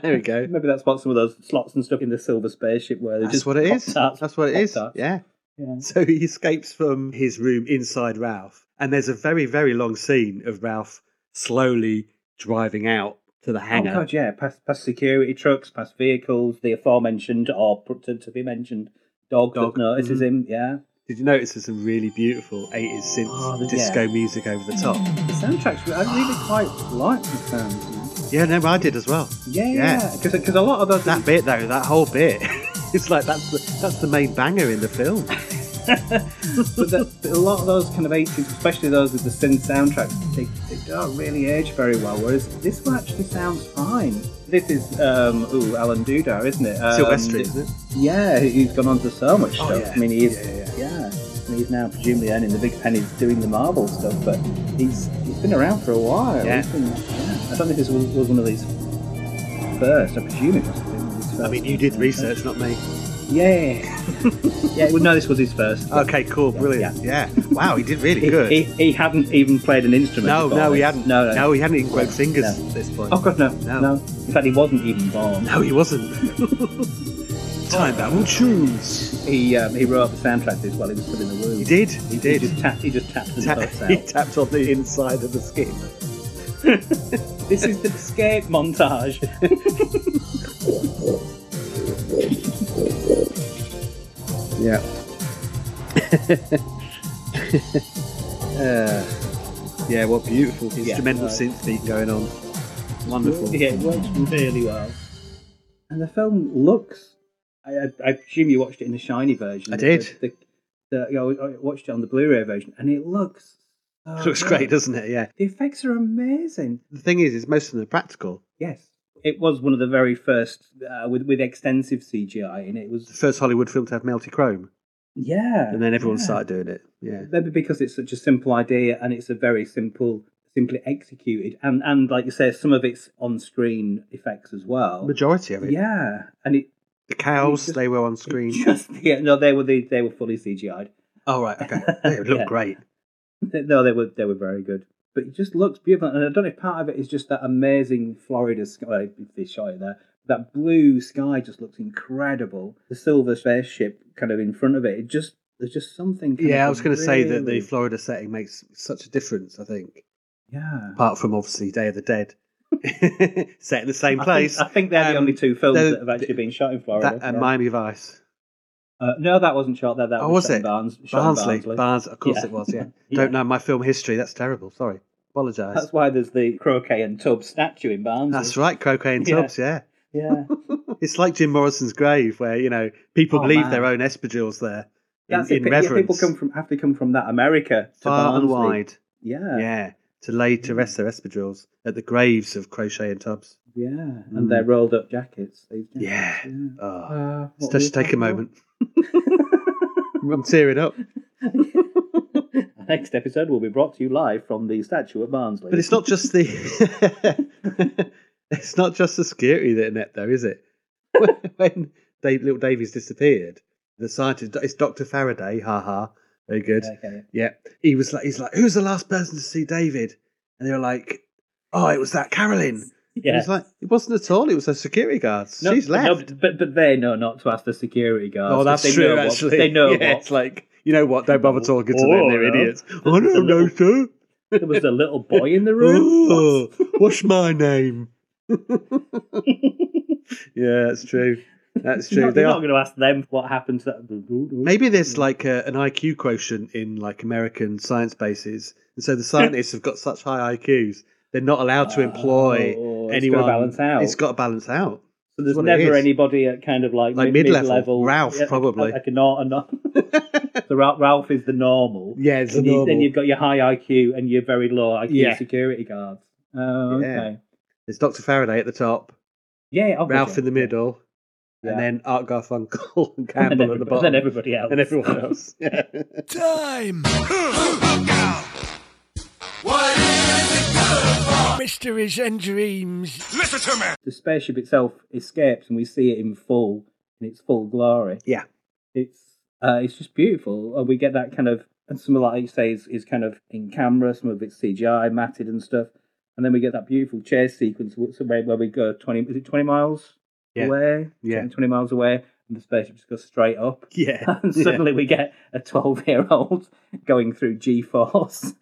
I: there we go.
H: Maybe that's what some of those slots and stuff in the silver spaceship were. They
I: That's
H: just
I: what it is.
H: Pop-Tarts,
I: That's what it is.
H: Pop-Tarts.
I: Yeah.
H: Yeah.
I: So he escapes from his room inside Ralph, and there's a very, very long scene of Ralph slowly driving out to the
H: Oh
I: hangar.
H: god, yeah. Past, past security trucks, past vehicles, the aforementioned or put to, to be mentioned dog,
I: Dog.
H: that notices
I: Mhm.
H: him. Yeah.
I: Did you notice there's some really beautiful 80s synth
H: Oh, yeah.
I: disco music over the top?
H: The soundtrack's. re- I really quite like the sound.
I: Yeah, no, I did as well.
H: Yeah, yeah.
I: Yeah.
H: Because a lot of those
I: That bit though, that whole bit, it's like that's the that's the main banger in the film.
H: but the, a lot of those kind of 80s, especially those with the synth soundtracks, they, they don't really age very well. Whereas this one actually sounds fine. This is um, ooh Alan Dudar, isn't it? Um,
I: Sylvester, isn't it?
H: Yeah, he's gone on to so much
I: Oh,
H: stuff.
I: yeah.
H: I mean, he's
I: Yeah,
H: yeah, And he's now presumably earning the big pennies doing the Marvel stuff, but he's he's been around for a while.
I: Yeah.
H: He's been- yeah. I don't think this was, was one of these first. I presume it must have been. one of his
I: I
H: first.
I: mean, you did research, not me.
H: Yeah. yeah. Well, no, this was his first.
I: Okay, cool, brilliant. Yeah. Wow, he did really
H: He,
I: good.
H: he, he hadn't even played an instrument.
I: no,
H: before
I: no, he
H: this.
I: hadn't.
H: No, no.
I: he hadn't even grabbed fingers
H: No.
I: at this point.
H: Oh god, no,
I: No.
H: no, In fact, he wasn't even born.
I: No, he wasn't. Time that will choose.
H: He um, he wrote the soundtrack to this while he was still in the womb.
I: He did. He did.
H: just tapped. He just tapped the
I: Ta-
H: notes
I: he
H: out.
I: tapped on the inside of the skin.
H: this is the escape montage.
I: Yeah. uh, yeah, what beautiful instrumental
H: no.
I: synth beat going on. Wonderful.
H: yeah, it works really well. And the film looks. I, I, I presume you watched it in the shiny version.
I: I did.
H: The, the, the, you know, I watched it on the Blu-ray version, and it looks. so
I: Looks
H: good.
I: great, doesn't it? Yeah.
H: The effects are amazing.
I: The thing is, is most of them are practical.
H: Yes, it was one of the very first uh, with with extensive CGI, and it
I: The
H: was
I: first Hollywood film to have melty chrome,
H: yeah.
I: and then everyone
H: yeah.
I: started doing it. Yeah.
H: maybe because it's such a simple idea and it's a very simple, simply executed, and and like you say, some of it's on screen effects as well.
I: Majority of it.
H: Yeah, and it
I: The cows,
H: It's just-
I: they were on screen.
H: just yeah no they were the, they were fully CGI'd.
I: oh right, okay. They look
H: Yeah.
I: great.
H: No, they were they were very good. But it just looks beautiful, and I don't know if part of it is just that amazing Florida sky. Well, if they shot it there, that blue sky just looks incredible. The silver spaceship kind of in front of it, it just there's just something. kind
I: Yeah, I
H: of
I: was going to say that the
H: really-
I: Florida setting makes such a difference. I think,
H: yeah
I: apart from obviously Day of the Dead, set in the same
H: I think-
I: place,
H: I think, they're
I: Um,
H: the only two films
I: the-
H: that have actually been shot in Florida.
I: that, and
H: yeah.
I: Miami Vice.
H: Uh, no, that wasn't shot there. That
I: Oh, was
H: was, shot in
I: it?
H: Barnes, shot in
I: Barnsley,
H: Barnsley.
I: Barnes. Of course
H: Yeah.
I: it was. Yeah.
H: Yeah.
I: Don't know my film history. That's terrible. Sorry. Apologise. That's,
H: That's why there's the croquet and tub statue in Barnes.
I: right. Croquet and
H: Yeah.
I: tubs. Yeah.
H: Yeah.
I: It's like Jim Morrison's grave, where you know people
H: Oh,
I: leave
H: man.
I: their own espadrilles there in,
H: That's
I: in
H: it. Pe- yeah,
I: reverence,
H: people come from have to come from that America to
I: far and
H: Barnsley.
I: wide.
H: Yeah, Mm.
I: Yeah. To lay to rest their espadrilles at the graves of Crochet and Tubbs.
H: yeah.
I: Mm.
H: and their rolled up jackets. These
I: Yeah.
H: jackets,
I: Oh.
H: Uh, what
I: Let's
H: were
I: just
H: we
I: take a
H: talking about?
I: moment. I'm tearing up.
H: Next episode will be brought to you live from the statue at Barnsley.
I: But it's not just the it's not just the security that are net though, is it? When- when Dave, little Davies disappeared, the scientist it's Doctor Faraday, ha ha, very good.
H: Okay.
I: Yeah, he was like he's like who's the last person to see David, and they were like, oh, it was that Carolyn,
H: Yeah.
I: It's like it wasn't at all. It was the security guards.
H: No,
I: She's
H: but no,
I: left.
H: but but they know not to ask the security guards.
I: oh,
H: 'cause
I: that's
H: they
I: true.
H: know what-
I: actually,
H: they know
I: yeah,
H: what.
I: It's like you know what? Don't bother talking to
H: Oh,
I: them. They're
H: no.
I: idiots. I don't know, sir.
H: There was a little boy in the room.
I: Oh, what's my name? yeah, that's true. That's
H: You're
I: true.
H: not,
I: they
H: you're
I: are.
H: not going to ask them what happened to.
I: Maybe there's like a, an IQ quotient in like American science bases, and so the scientists have got such high IQs they're not allowed to employ
H: Oh, it's gotta
I: anyone.
H: balance out.
I: It's got to balance out.
H: So
I: That's
H: there's
I: what it
H: never
I: is.
H: anybody at kind of like,
I: Like
H: mid,
I: mid-level.
H: mid-level.
I: Ralph,
H: like-
I: probably.
H: Like a not a not. so Ralph, Ralph is the normal.
I: Yeah, it's the
H: And you-
I: normal.
H: Then you've got your high IQ and your very low IQ
I: Yeah.
H: security guards. Oh,
I: Yeah.
H: okay.
I: There's Doctor Faraday at the top,
H: Oh, Yeah, obviously.
I: Ralph in the middle,
H: Yeah.
I: and then Art Garfunkel and Campbell at the
H: everybody-
I: bottom,
H: then everybody else.
I: and everyone else. Yeah.
A: Time!
K: What is it good for?
A: Mysteries and dreams.
K: Listen to me.
H: The spaceship itself escapes, and we see it in full, in its full glory.
I: yeah,
H: it's uh, it's just beautiful. And we get that kind of and some of that, like you say, is, is kind of in camera. Some of it's CGI, matted and stuff. And then we get that beautiful chase sequence wh- so where, where we go twenty is it twenty miles
I: Yeah.
H: away?
I: Yeah.
H: 20 miles away, and the spaceship just goes straight up.
I: yeah.
H: And suddenly we get a twelve-year-old going through G-force.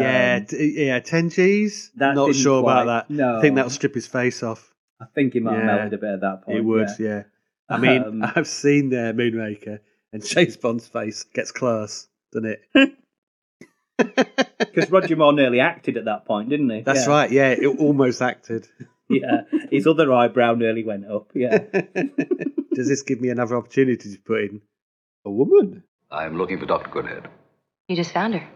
I: yeah, t- yeah, ten Gs.
H: that
I: Not
H: didn't
I: sure about
H: quite-
I: that.
H: no.
I: I think that'll strip his face off.
H: I think he might have
I: Yeah.
H: melted a bit at that point.
I: it would,
H: Oh, yeah.
I: yeah. I mean,
H: Um,
I: I've seen uh, Moonraker, and James Bond's face gets close, doesn't it?
H: Because Roger Moore nearly acted at that point, didn't he?
I: That's
H: Yeah.
I: right. Yeah, it almost acted.
H: Yeah, his other eyebrow nearly went up. Yeah.
I: Does this give me another opportunity to put in a woman?
L: I'm looking for Dr. Goodhead.
M: You just found her.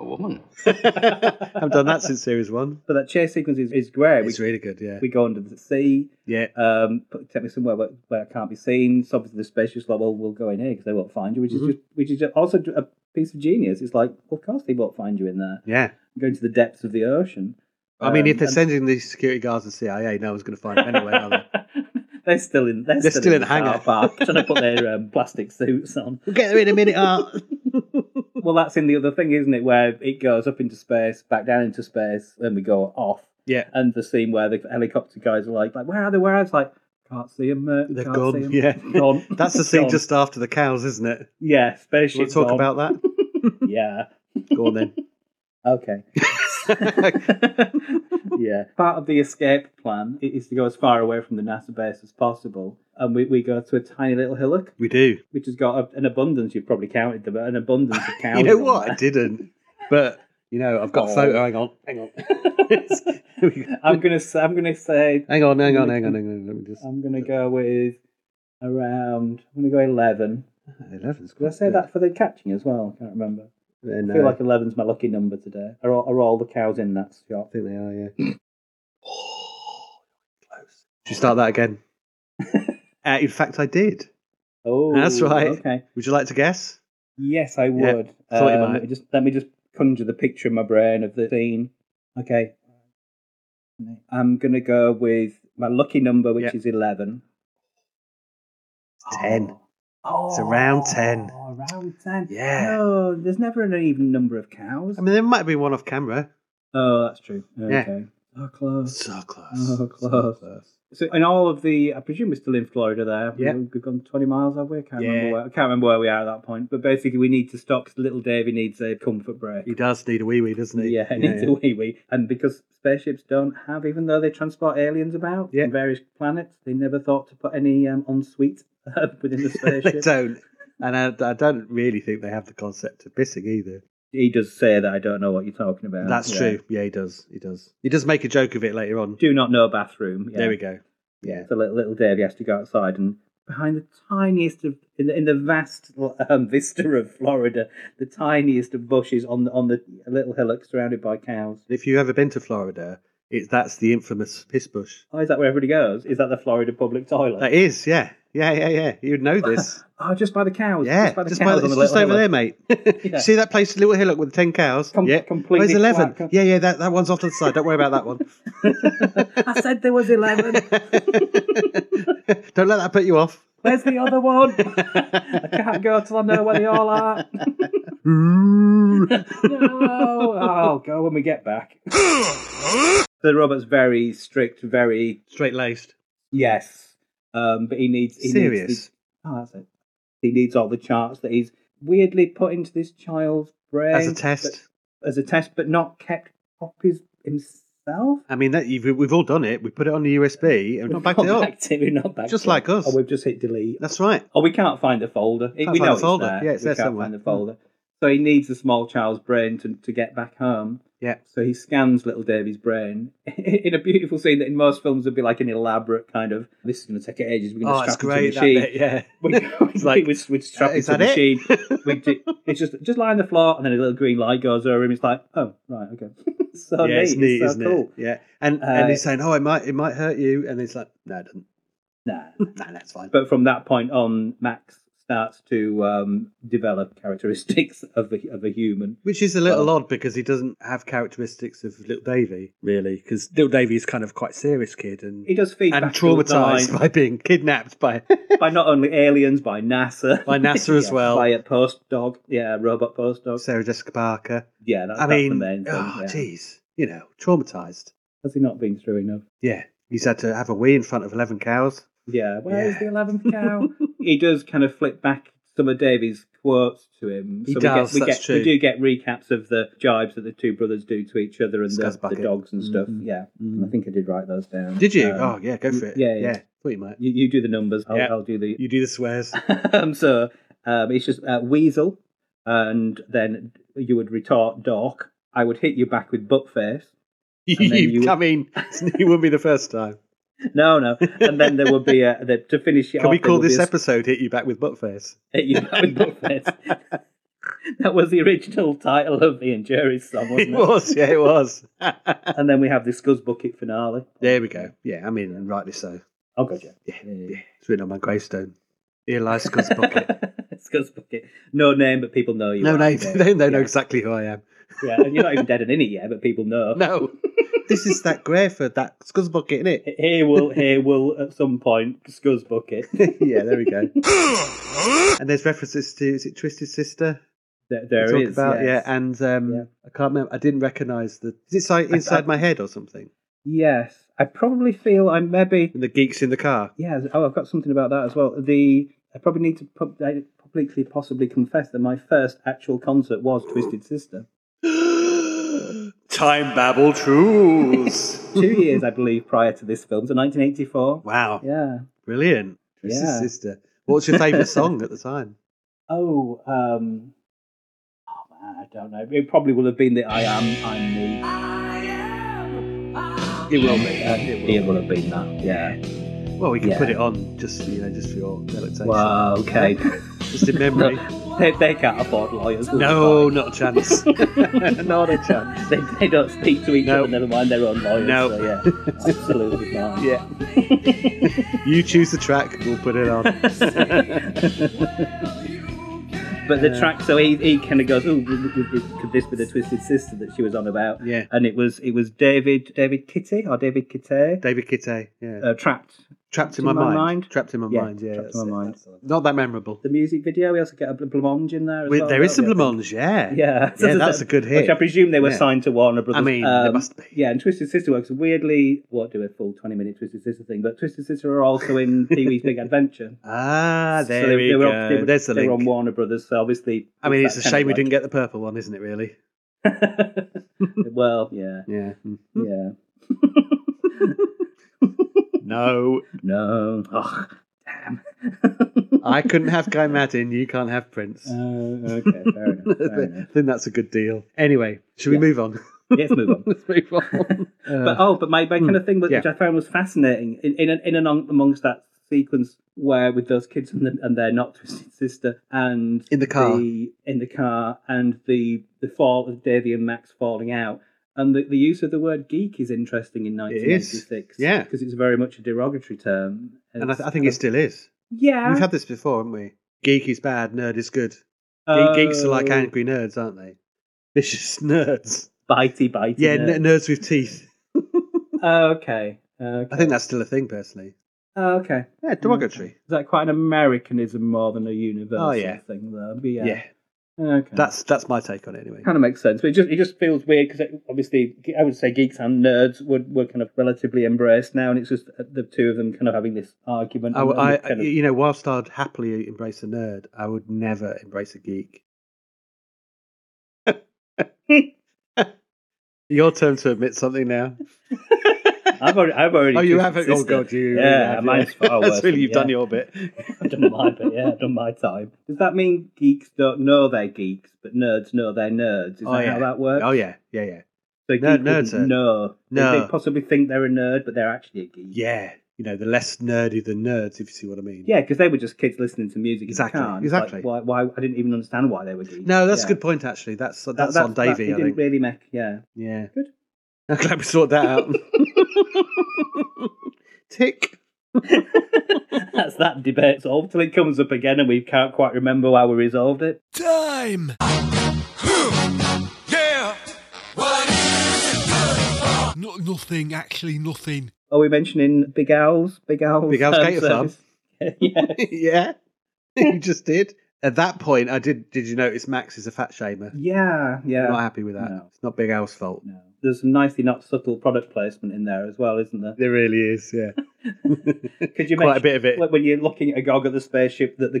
L: A woman?
I: I've done that since series one.
H: But that chase sequence is, is great.
I: It's
H: we,
I: really good. Yeah.
H: we go under the sea.
I: Yeah.
H: Um, put, take me somewhere where, where I can't be seen. So obviously the space just like, well, we'll go in here because they won't find you, which
I: Mhm.
H: is just, which is also a piece of genius. It's like, well, of course they won't find you in there.
I: Yeah.
H: Going to the depths of the ocean.
I: I mean,
H: Um,
I: if they're
H: and
I: sending these security guards and CIA, no one's going to find them anyway, are they?
H: they're still in, they're,
I: They're
H: still,
I: still
H: in
I: in the hangar.
H: car park, trying to put their um, plastic suits on.
I: We'll get there in a minute, Art.
H: Well, that's in the other thing, isn't it? Where it goes up into space, back down into space, then we go off.
I: Yeah.
H: and the scene where the helicopter guys are like, like where are they? Where are they? It's like, can't see them. Mate.
I: They've
H: can't
I: gone.
H: See 'em.
I: Yeah.
H: gone.
I: That's the scene
H: Gone.
I: just after the cows, isn't it?
H: yeah, spaceship.
I: We'll talk
H: gone.
I: about that.
H: yeah.
I: Go on then.
H: Okay. yeah. Part of the escape plan i- is to go as far away from the NASA base as possible, and we, we go to a tiny little hillock
I: We do.
H: which has got a, an abundance. You've probably counted them, but an abundance of cows.
I: You know
H: on
I: what? I
H: there.
I: didn't. But you know, I've got
H: Oh.
I: a photo. Hang on, hang on,
H: I'm Um, gonna say, I'm gonna say
I: hang on, hang on, hang on, hang on. Let me just.
H: I'm gonna go with around. I'm gonna go eleven.
I: Oh, Eleven's
H: Did I
I: quite
H: say
I: good.
H: that for the catching as well? I can't remember.
I: Yeah,
H: I
I: no,
H: feel like 11's my lucky number today. Are all, are all the cows in that
I: I
H: shop?
I: think they are. Yeah. Close. Should we start that again? uh, in fact, I did.
H: Oh,
I: That's right.
H: Okay.
I: Would you like to guess?
H: Yes, I
I: Yeah,
H: would.
I: thought you might.
H: Um, let me Just let me just conjure the picture in my brain of the scene. Okay. I'm gonna go with my lucky number, which
I: Yeah.
H: is eleven.
I: It's ten.
H: Oh,
I: It's around 10.
H: Oh, around ten.
I: Yeah.
H: No, Oh, there's never an even number of cows.
I: I mean, there might be one off camera.
H: oh, that's true.
I: Yeah.
H: Okay. Oh, close.
I: So close.
H: Oh,
I: So
H: close. So in all of the, I presume we're still in Florida there.
I: Yeah.
H: We've gone 20 miles, have we? I can't, remember
I: Yeah.
H: where, I can't remember where we are at that point. But basically, we need to stop 'cause little Davy needs a comfort break.
I: He does need a wee wee, doesn't he?
H: Yeah, he needs a wee wee. And because spaceships don't have, even though they transport aliens about
I: Yeah.
H: on various planets, they never thought to put any um, ensuite uh, within the
I: they
H: spaceship.
I: don't. And I, I don't really think they have the concept of pissing either.
H: he does say that I don't know what you're talking about.
I: That's
H: Yeah.
I: true. Yeah, he does. He does. He does make a joke of it later on.
H: Do not know bathroom.
I: There
H: Yeah.
I: we go. Yeah.
H: So little, little Davey has to go outside and behind the tiniest of in the, in the vast um, vista of Florida, the tiniest of bushes on the on the little hillock surrounded by cows.
I: If you've ever been to Florida, it, that's the infamous piss bush.
H: Oh, is that where everybody goes? Is that the Florida public toilet?
I: That is, yeah. Yeah, yeah, yeah. You'd know this.
H: oh, just by the cows.
I: yeah.
H: just by the
I: Just, by
H: cows
I: the,
H: on
I: it's
H: the
I: just
H: little
I: over there,
H: hillock.
I: mate. See that place, little hillock with the 10 cows?
H: Com-
I: yeah.
H: completely
I: Where's 11?
H: flat.
I: Yeah, yeah, that, that one's off to the side. Don't worry about that one.
H: I said there was eleven.
I: Don't let that put you off.
H: Where's the other one? I can't go till I know where they all are.
I: Ooh.
H: Oh, No, I'll go when we get back. Sir Robert's very strict, very
I: straight laced.
H: Yes, um, but he needs he
I: Serious.
H: Needs the, oh, that's it. He needs all the charts that he's weirdly put into this child's brain
I: As a test.
H: but- as a test, but not kept copies himself.
I: I mean, that you've, we've all done it. We put it on the USB and we've not backed it up.
H: backed it, we've not backed
I: Just
H: it
I: like
H: up.
I: us.
H: Or Oh, we've just hit delete.
I: That's right.
H: Or we can't find the folder. It-
I: Can't
H: we
I: find
H: know
I: the folder.
H: It's there.
I: Yeah, it's
H: we
I: there
H: can't
I: somewhere. Hmm.
H: find the folder. So he needs a small child's brain to, to get back home.
I: Yeah.
H: So he scans little Davey's brain in a beautiful scene that in most films would be like an elaborate kind of this is going to take ages. We're going to
I: Oh, it's
H: strap
I: great.
H: him to
I: That
H: a machine.
I: bit, yeah.
H: We, we,
I: like,
H: we, we strap
I: uh,
H: him
I: is
H: to the
I: that it?
H: machine. we do, it's just just lie on the floor, and then a little green light goes over him. It's like, oh right, okay. so
I: yeah, it's neat,
H: so
I: isn't
H: cool.
I: it? Yeah. And,
H: Uh,
I: and he's saying, oh, it might, it might hurt you. And it's like, no, it doesn't.
H: Nah,
I: nah, that's fine.
H: But from that point on, Max starts to um, develop characteristics of a, of a human.
I: Which is a little odd because he doesn't have characteristics of Little Davy, really, because Little Davy is kind of quite serious kid and
H: He does feed
I: and
H: back towards the
I: traumatized
H: line.
I: by being kidnapped by
H: by not only aliens, by NASA,
I: By NASA as
H: Yeah,
I: well.
H: by a post dog, yeah, robot post dog.
I: Sarah Jessica Parker.
H: Yeah, that,
I: I
H: that's
I: mean,
H: the main thing.
I: oh,
H: yeah.
I: jeez, you know, traumatized.
H: Has he not been through enough?
I: Yeah, he's had to have a wee in front of eleven cows.
H: Yeah, where is
I: Yeah.
H: the eleventh cow? he does kind of flip back some of Davies' quotes to him.
I: He
H: we
I: does,
H: Get, we
I: that's
H: get,
I: true.
H: We do get recaps of the jibes that the two brothers do to each other and
I: Scuzz
H: the, the
I: bucket.
H: dogs and stuff. Yeah,
I: Mhm.
H: I think I did write those down.
I: Did you?
H: Mm. Um,
I: oh yeah, go for it.
H: Yeah, yeah.
I: Thought you might.
H: You, you do the numbers. I'll,
I: Yeah.
H: I'll do the
I: You do the swears.
H: um, so um, it's just uh, weasel, and then you would retort dork. I would hit you back with butt face. And then
I: you,
H: you-
I: I mean, it wouldn't be the first time.
H: No, no, and then there would be a the, to finish it.
I: Can
H: off,
I: we
H: there
I: call
H: would be
I: this
H: a-
I: episode "Hit You Back with Buttface"?
H: hit you back with butt face. that was the original title of Ian Jerry's song, wasn't
I: It
H: it?
I: was, yeah, it was.
H: And then we have the Scuzz Bucket finale.
I: There we go. Yeah, I mean, and rightly so.
H: Oh god, yeah.
I: Yeah, yeah. It's written on my gravestone. Here lies Scott's bucket.
H: Scuzz Bucket. No name, but people know you.
I: No,
H: are.
I: no,
H: Yeah.
I: they, they know exactly who I am.
H: yeah, and you're not even dead and in it yet, but people know.
I: No, this is that Greyford, that Scott's bucket, isn't it?
H: Here will, here will at some point, Scuzz Bucket.
I: yeah, there we go. and there's references to is it Twisted Sister?
H: There,
I: we
H: there
I: talk
H: is,
I: about
H: yes.
I: yeah, and um,
H: Yeah.
I: I can't remember. I didn't recognise the. Is it si- inside my head or something?
H: Yes, I probably feel I'm maybe.
I: And the geeks in the car.
H: Yeah. Oh, I've got something about that as well. The I probably need to pub- I publicly possibly confess that my first actual concert was Twisted Sister.
I: Time babble truths.
H: Two years, I believe, prior to this film, so 1984.
I: wow,
H: Yeah.
I: brilliant. Twisted
H: Yeah.
I: Sister. What's your favourite song at the time?
H: Oh. um... oh, man, I don't know. It probably will have been the I am, I'm me.
I: It will be. uh, it will.
H: It will have been that. Yeah.
I: Well, we can
H: Yeah.
I: put it on just you know just for your relaxation,
H: Wow. Okay.
I: just in memory.
H: they, they can't afford lawyers. will
I: no,
H: they?
I: not a chance. not a chance.
H: They, they don't speak to each
I: No.
H: other, never mind their own lawyers.
I: No.
H: So, yeah, absolutely not.
I: Yeah. you choose the track. We'll put it on.
H: But the track, so he, he kind of goes, "Oh, w- w- w- could this be the Twisted Sister that she was on about?"
I: Yeah.
H: and it was it was David David Kitty or David Kitty
I: David Kitte. Yeah.
H: uh, trapped
I: Trapped in my, mind. Trapped in my
H: Yeah,
I: mind. Yeah.
H: Trapped in
I: that's
H: My
I: it,
H: Mind.
I: that's it. Not that memorable.
H: The music video. We also get a bl- blancmange in there. As
I: Wait,
H: well,
I: there is some
H: don't we, I think?
I: blancmange. Yeah.
H: Yeah,
I: Yeah, that's a good hit.
H: Which I presume they were
I: Yeah.
H: signed to Warner Brothers. Um,
I: I mean, they must be.
H: Yeah, and Twisted Sister works weirdly. What do a full twenty-minute Twisted Sister thing? But Twisted Sister are also in Pee Wee's Big Adventure.
I: Ah, there
H: they,
I: we
H: they were,
I: go.
H: They were,
I: There's the
H: they were on
I: link.
H: Warner Brothers, so obviously.
I: I mean, it's a shame we didn't get the purple one, isn't it? Really.
H: get. well, yeah,
I: Yeah. Mm.
H: yeah.
I: No,
H: No. Uh, Oh,
I: I couldn't have Guy Madden. You can't have Prince.
H: okay, fair enough. Uh, Fair
I: I
H: enough.
I: think that's a good deal. Anyway, should we
H: Yeah.
I: move on? uh,
H: Yes, move on.
I: Let's move on.
H: but oh, but my, my kind of thing that-
I: Uh, yeah.
H: which I found was fascinating in in, an, in and on, amongst that sequence where with those kids and, the, and their not twisted sister and
I: In the car.
H: the- in the car and the the fall of Davy and Max falling out and the, the use of the word geek is interesting in
I: It is.
H: 1986
I: Yeah.
H: because it's very much a derogatory term
I: and I, th- I think
H: uh,
I: it still is.
H: yeah
I: We've had this before, haven't we? Geek is bad, nerd is good. Ge- Geeks are like
H: Oh,
I: angry nerds, aren't they? Vicious nerds.
H: bitey bitey
I: Yeah,
H: nerd.
I: n- nerds with teeth.
H: okay okay
I: I think that's still a thing, personally.
H: okay
I: Yeah, derogatory.
H: Is that quite an Americanism more than a universal
I: Oh, yeah.
H: thing, though? But yeah.
I: Yeah.
H: Okay.
I: That's that's my take on it anyway.
H: Kind of makes sense, but it just it just feels weird because obviously I would say geeks and nerds were, were kind of relatively embraced now, and it's just uh, the two of them kind of having this argument.
I: I,
H: and- and
I: I,
H: kind of-
I: you know, whilst I'd happily embrace a nerd, I would never embrace a geek. Your turn to admit something now.
H: I've already. I've already
I: Oh, you
H: kissed
I: haven't.
H: my
I: Oh
H: sister.
I: god, you.
H: Yeah, mine's far worse.
I: That's really
H: than-
I: you've done
H: yeah.
I: your bit.
H: I've done my bit. Yeah, I've done my time. Does that mean geeks don't know they're geeks, but nerds know they're nerds? Is
I: Oh,
H: that
I: yeah.
H: how that works?
I: Oh yeah, yeah, yeah.
H: So
I: Ner-
H: geek
I: nerds
H: wouldn't
I: are-
H: know.
I: No.
H: They, they possibly think they're a nerd, but they're actually a geek.
I: Yeah, you know, the less nerdy the nerds, if you see what I mean.
H: Yeah, because they were just kids listening to music. in the
I: Exactly,
H: car, and it's
I: exactly.
H: Like, why, why? I didn't even understand why they were geeks.
I: No, that's
H: Yeah.
I: a good point actually. That's that's,
H: That-
I: on
H: that-
I: Davey.
H: it
I: I
H: didn't
I: think.
H: really make. Yeah.
I: Yeah.
H: Good.
I: I'm glad we sorted that out. Tick.
H: That's that debate solved till it comes up again, and we can't quite remember how we resolved it.
A: Time!
K: Yeah. What is it good for?
A: No, nothing, actually, nothing.
H: Are we mentioning Big Owls? Big Owls.
I: Big Al's Gator Thumb.
H: yeah.
I: yeah. you just did. At that point, I did. Did you notice Max is a fat shamer?
H: Yeah, yeah.
I: I'm not happy with that.
H: No.
I: It's not Big Al's fault.
H: There's some nicely not subtle product placement in there as well, isn't there?
I: There really is. Yeah.
H: Could you
I: Quite a
H: mention-
I: bit of it.
H: like, when you're looking agog at the spaceship that the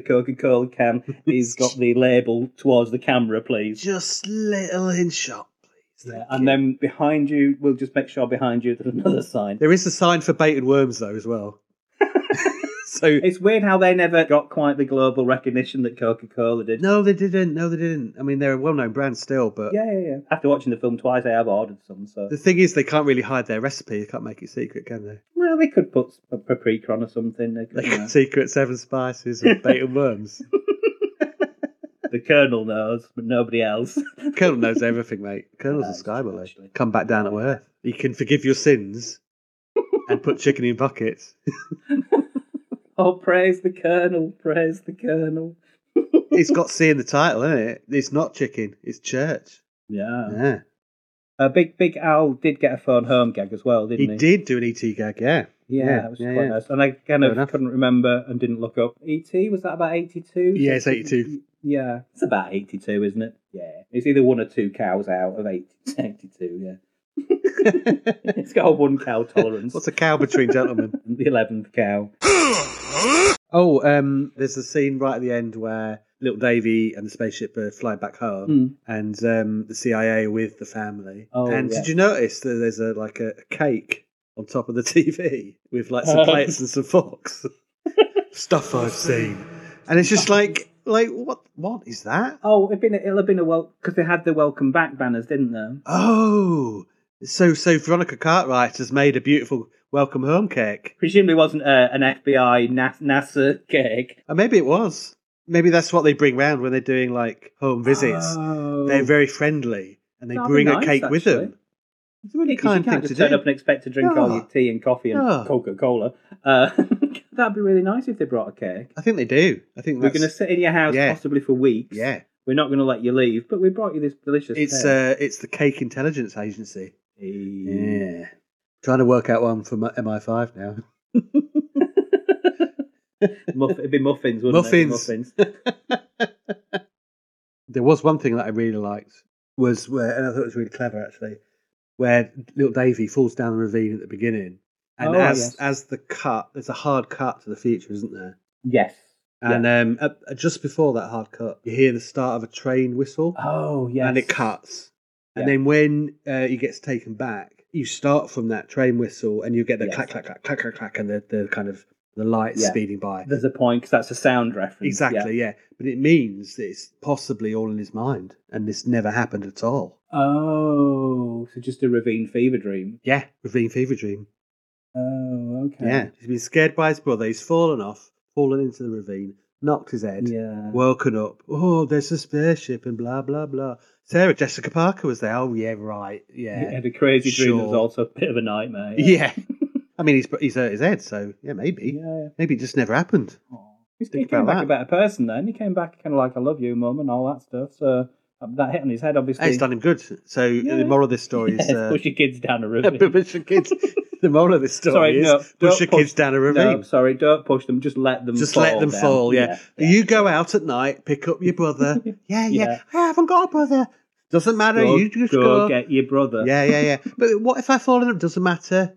H: Coca-Cola can is got the label towards the camera, please?
I: Just little in shot.
H: Yeah, and then behind you, we'll just make sure behind you there's another sign.
I: There is a sign for baited worms though as well. so
H: it's weird how they never got quite the global recognition that Coca-Cola did.
I: No, they didn't. No, they didn't. I mean, they're a well-known brand still, but
H: Yeah, yeah, yeah. After watching the film twice, I have ordered some. So
I: the thing is, they can't really hide their recipe. They can't make it secret, can they?
H: well, they could put a paprika on or something. They could,
I: Like
H: you know.
I: secret seven spices and baited worms.
H: the Colonel knows, but nobody else.
I: Colonel knows everything, mate. Colonel's a sky bully. Come back down to earth. He can forgive your sins and put chicken in buckets.
H: oh, praise the Colonel! Praise the Colonel!
I: It's got C in the title, isn't it? It's not chicken. It's church.
H: Yeah.
I: Yeah.
H: Uh, big Big Al did get a phone home gag as well,
I: He
H: didn't he?
I: did do an ET gag, yeah.
H: Yeah,
I: Yeah,
H: that was
I: yeah,
H: quite
I: yeah.
H: nice. And I kind
I: Fair
H: of
I: enough.
H: couldn't remember and didn't look up. ET was that about eighty-two?
I: Yeah, it's 82.
H: Yeah, it's about eighty-two, isn't it? Yeah, it's either one or two cows out of 80, 82, Yeah, it's got a one cow tolerance.
I: What's a cow between gentlemen?
H: the eleventh cow?
I: Oh, um, there's a scene right at the end where little Davy and the spaceship are flying back home,
H: Mm.
I: and um, the CIA with the family.
H: Oh,
I: and
H: yeah.
I: did you notice that there's a like a, a cake on top of the TV with like some
H: Um.
I: plates and some forks? Stuff I've seen, and it's just like like what what is that?
H: Oh, it'd been a, it'll have been a well because they had the welcome back banners, didn't they?
I: Oh, so so Veronica Cartwright has made a beautiful welcome home cake.
H: Presumably wasn't uh, an FBI Na- NASA cake.
I: And Uh, maybe it was. Maybe that's what they bring round when they're doing like home visits.
H: Oh.
I: They're very friendly and they
H: That'd be
I: bring a
H: nice,
I: cake with them.
H: actually.
I: It's a really
H: Because
I: kind
H: you
I: thing
H: can't
I: to
H: just turn
I: do. Ah.
H: up and expect to drink all
I: No.
H: your tea and coffee and
I: No.
H: Coca Cola. Uh, that'd be really nice if they brought a cake.
I: I think they do. I think
H: We're
I: that's,
H: going to sit in your house
I: Yeah.
H: possibly for weeks.
I: Yeah,
H: We're not going to let you leave, but we brought you this delicious.
I: it's
H: cake.
I: uh, it's the Cake Intelligence Agency.
H: Eh,
I: Yeah, trying to work out one for my- MI5 now.
H: muff- it'd be muffins, wouldn't it? It'd be
I: Muffins.
H: Muffins.
I: There was one thing that I really liked was where, and I thought it was really clever actually, where little Davy falls down the ravine at the beginning, and
H: Oh,
I: as
H: yes.
I: as the cut, there's a hard cut to the future, isn't there?
H: yes.
I: And um, at, at just before that hard cut, you hear the start of a train whistle,
H: Oh, yes.
I: and it cuts. And
H: Yeah.
I: then when uh, he gets taken back, you start from that train whistle, and you get the
H: Yes.
I: clack clack clack clack clack clack, and the, the kind of the lights
H: Yeah.
I: speeding by.
H: There's a point because that's a sound reference.
I: Exactly, yeah. But it means that it's possibly all in his mind, and this never happened at all.
H: yeah. Oh, so just a ravine fever dream.
I: Yeah, ravine fever dream.
H: Oh, okay.
I: Yeah, he's been scared by his brother. He's fallen off, fallen into the ravine, knocked his head,
H: Yeah.
I: woken up. Oh, there's a spaceship and blah blah blah. Sarah Jessica Parker was there. Oh yeah, right.
H: He
I: Yeah,
H: had a crazy dream that was
I: Sure.
H: also a bit of a nightmare.
I: yeah. I mean, he's he's hurt his head, so yeah, maybe
H: Yeah.
I: maybe it just never happened.
H: He's, he
I: Think
H: came
I: about
H: back
I: that.
H: a better person then. He came back kind of like, I love you, mum, and all that stuff. So um, That hit on his head, obviously.
I: It's done him good. So the moral of this story is
H: Yes,
I: uh,
H: push your kids down a ravine.
I: push your kids. the moral of this story
H: Sorry,
I: is
H: no, don't
I: push your
H: push-
I: kids down a ravine.
H: No, sorry, don't push them. Just let them.
I: Just
H: fall
I: let them
H: down.
I: fall. Yeah. You go out at night, pick up your brother. yeah, yeah, I haven't got a brother. Doesn't matter.
H: Go-
I: you just
H: go
I: go,
H: get your brother.
I: Yeah, yeah, yeah. But what if I fall in it? Doesn't matter.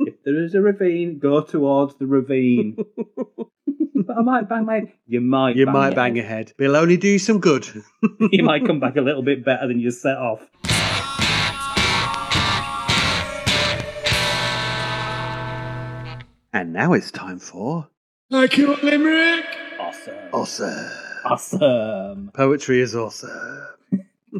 H: If there is a ravine, go towards the ravine. but I might bang my. You might.
I: You
H: bang
I: might
H: your
I: bang your head. But it'll only do you some good.
H: you might come back a little bit better than you set off.
I: And now it's time for
A: Like your limerick.
H: Awesome.
I: awesome.
H: Awesome.
I: Poetry is awesome.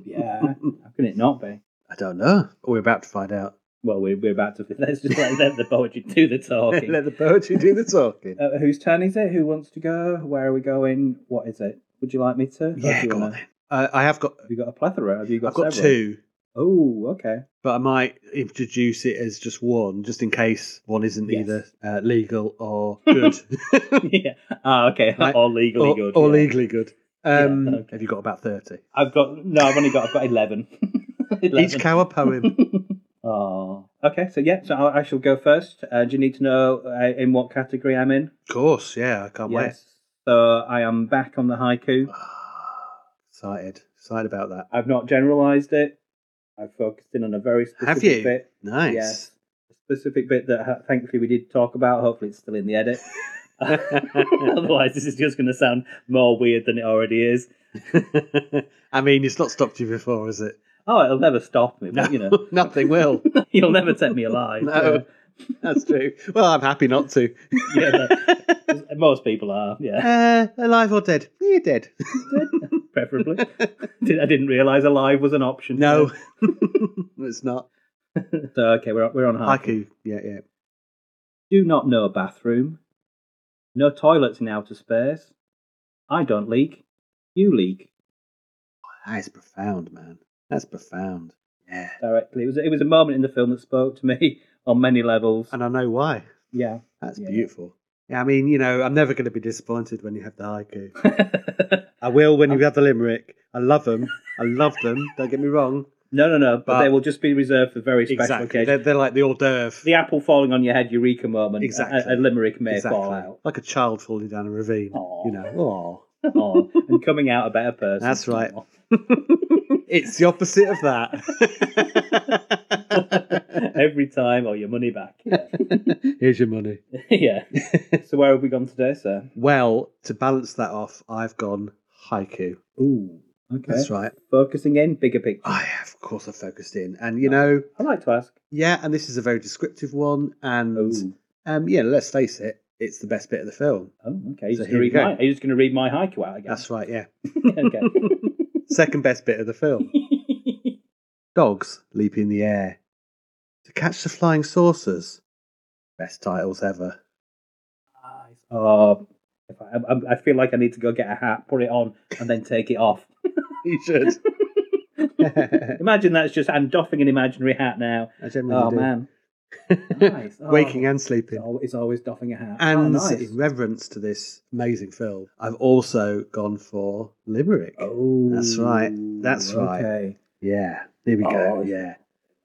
H: Yeah. How can it not be?
I: I don't know. We're about to find out.
H: Well, we're, we're about to. Let's just let, let the poetry do the talking.
I: Let the poetry do the talking.
H: Uh, whose turn is it? Who wants to go? Where are we going? What is it? Would you like me to? Or
I: Yeah,
H: do you
I: go
H: wanna-
I: on then. Uh, I have got.
H: Have you got a plethora? Have you got?
I: I've got
H: several?
I: two,
H: Oh, okay.
I: but I might introduce it as just one, just in case one isn't
H: Yes.
I: either uh, legal or good.
H: yeah. Ah, okay.
I: Right.
H: All legally
I: or,
H: good.
I: Or
H: yeah.
I: legally good. Um,
H: Yeah, okay.
I: Have you got about 30?
H: I've got no. I've only got. I've got eleven. 11.
I: Each cow a poem.
H: Oh. Okay. So yeah. So I, I shall go first. Uh, do you need to know uh, in what category I'm in?
I: of course, yeah, I can't wait.
H: So I am back on the haiku.
I: Excited. Excited about that.
H: I've not generalised it. I've focused in on a very specific
I: Have you?
H: bit.
I: Nice.
H: Yes. A specific bit that ha- thankfully we did talk about. Hopefully it's still in the edit. Otherwise, this is just going to sound more weird than it already is.
I: I mean, it's not stopped you before, has it?
H: Oh, it'll never stop me, but you know,
I: Nothing will.
H: you'll never take me alive.
I: No. That's true. Well, I'm happy not to.
H: Yeah, but most people are, yeah,
I: Uh, alive or dead? Yeah, You're dead.
H: preferably. Did- I didn't realise alive was an option.
I: No, it's not.
H: So, Oh, okay, we're, we're on haiku.
I: Haiku. Yeah, yeah.
H: Do not know bathroom. No toilets in outer space. I don't leak. You leak.
I: That is Ah, profound, man. That's profound. Yeah.
H: Directly. It was, it was a moment in the film that spoke to me on many levels.
I: And I know why.
H: Yeah.
I: That's
H: Yeah.
I: beautiful. Yeah, I mean, you know, I'm never going to be disappointed when you have the haiku. I will when you have the limerick. I love them. I love them. Don't get me wrong.
H: No, no, no. But,
I: But-
H: they will just be reserved for very special
I: Exactly. They're,
H: occasions.
I: they're like the hors d'oeuvre.
H: The apple falling on your head, eureka moment.
I: Exactly.
H: A, a limerick may
I: Exactly.
H: fall out.
I: Like a child falling down a ravine.
H: Aw.
I: You know,
H: Aw, and coming out a better person.
I: That's right. aw. it's the opposite of that.
H: Every time, or your money back. Yeah.
I: Here's your money.
H: yeah. So where have we gone today, sir?
I: Well, to balance that off, I've gone haiku.
H: Ooh. Okay.
I: That's right.
H: Focusing in, bigger picture.
I: I have, of course, I focused in. And, you know,
H: I like to ask.
I: yeah, and this is a very descriptive one. And
H: Ooh.
I: Um, yeah, let's face it, it's the best bit of the film.
H: Oh, okay. He's
I: So
H: just
I: here we
H: gonna read
I: go.
H: my, he's just going to read my haiku out again.
I: That's right, yeah.
H: okay.
I: Second best bit of the film. Dogs leap in the air to catch the flying saucers. Best titles ever.
H: Oh, if I, I, I feel like I need to go get a hat, put it on, and then take it off.
I: You should. I
H: Imagine that's just I'm doffing an imaginary hat now.
I: generally
H: Oh
I: do.
H: man, nice. Oh,
I: Waking and
H: it's
I: sleeping.
H: al- it's always doffing a hat. oh,
I: And
H: nice.
I: in reverence to this amazing film, I've also gone for Limerick.
H: Oh,
I: That's right. That's right.
H: Okay.
I: Yeah, here we go.
H: Oh,
I: yeah.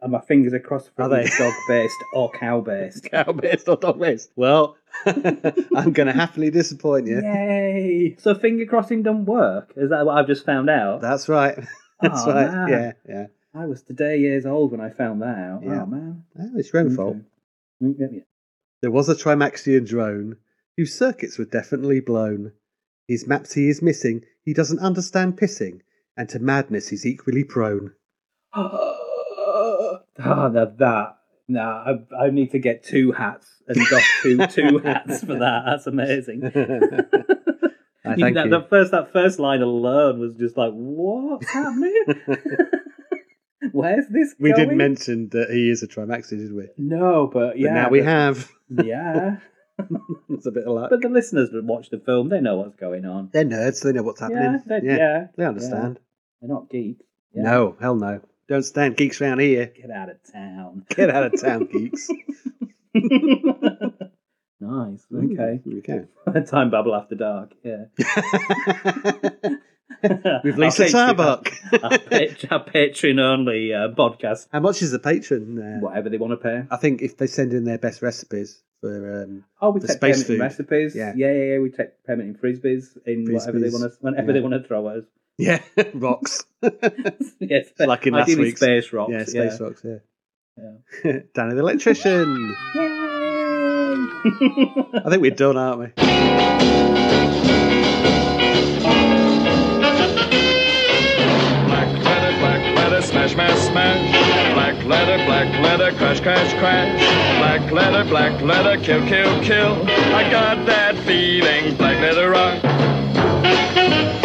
H: And my fingers are crossed for
I: Are they?
H: dog based or cow based.
I: cow based or dog based? Well, I'm going to happily disappoint you.
H: Yay! So finger crossing don't work. Is that what I've just found out?
I: That's right. That's
H: Oh,
I: right.
H: man.
I: Yeah, yeah.
H: I was today years old when I found that out.
I: Yeah.
H: Oh man.
I: Oh, it's your own
H: Okay.
I: fault.
H: Mm, yeah, yeah.
I: There was a Trimaxian drone whose circuits were definitely blown. His maps he is missing. He doesn't understand pissing, and to madness he's equally prone.
H: Oh, now that. Nah, I, I need to get two hats and got two two hats for that. That's amazing.
I: I thank
H: that,
I: you.
H: that first that first line alone was just like, what's happening? Where's this?
I: we didn't
H: going?
I: mention that he is a Trimaxian, did we?
H: No, but yeah,
I: but now we
H: but-
I: have.
H: yeah.
I: It's a bit of luck.
H: But the listeners that watch the film, they know what's going on.
I: they're nerds. They know what's happening.
H: Yeah, they,
I: yeah,
H: yeah.
I: they understand.
H: They're not geeks. Yeah.
I: No, hell no. Don't stand geeks round here.
H: Get out of town.
I: Get out of town, geeks.
H: no, Nice.
I: Ooh,
H: Okay.
I: there we go.
H: Time Babble After Dark. Yeah.
I: With Lisa
H: Our
I: Tarbuck.
H: patron- our pat- our patron only uh, podcast.
I: How much is the patron? Uh,
H: Whatever they want to pay.
I: I think if they send in their best recipes for um,
H: Oh, we
I: for
H: take
I: space
H: payment
I: food.
H: in recipes. Yeah.
I: Yeah.
H: yeah, yeah, We take payment in frisbees, in whatever they
I: Frisbees,
H: want to, whenever they
I: yeah.
H: want to throw at us.
I: Yeah, rocks.
H: yes,
I: like in last
H: ideally
I: week's
H: space rocks.
I: Yeah, space rocks. Yeah.
H: Yeah.
I: Danny the electrician.
H: Yay!
I: I think we're done, aren't we?
K: Black letter, black letter, smash, smash, smash. Black letter, black letter, crash, crash, crash. Black letter, black letter, kill, kill, kill. I got that feeling, black letter rock.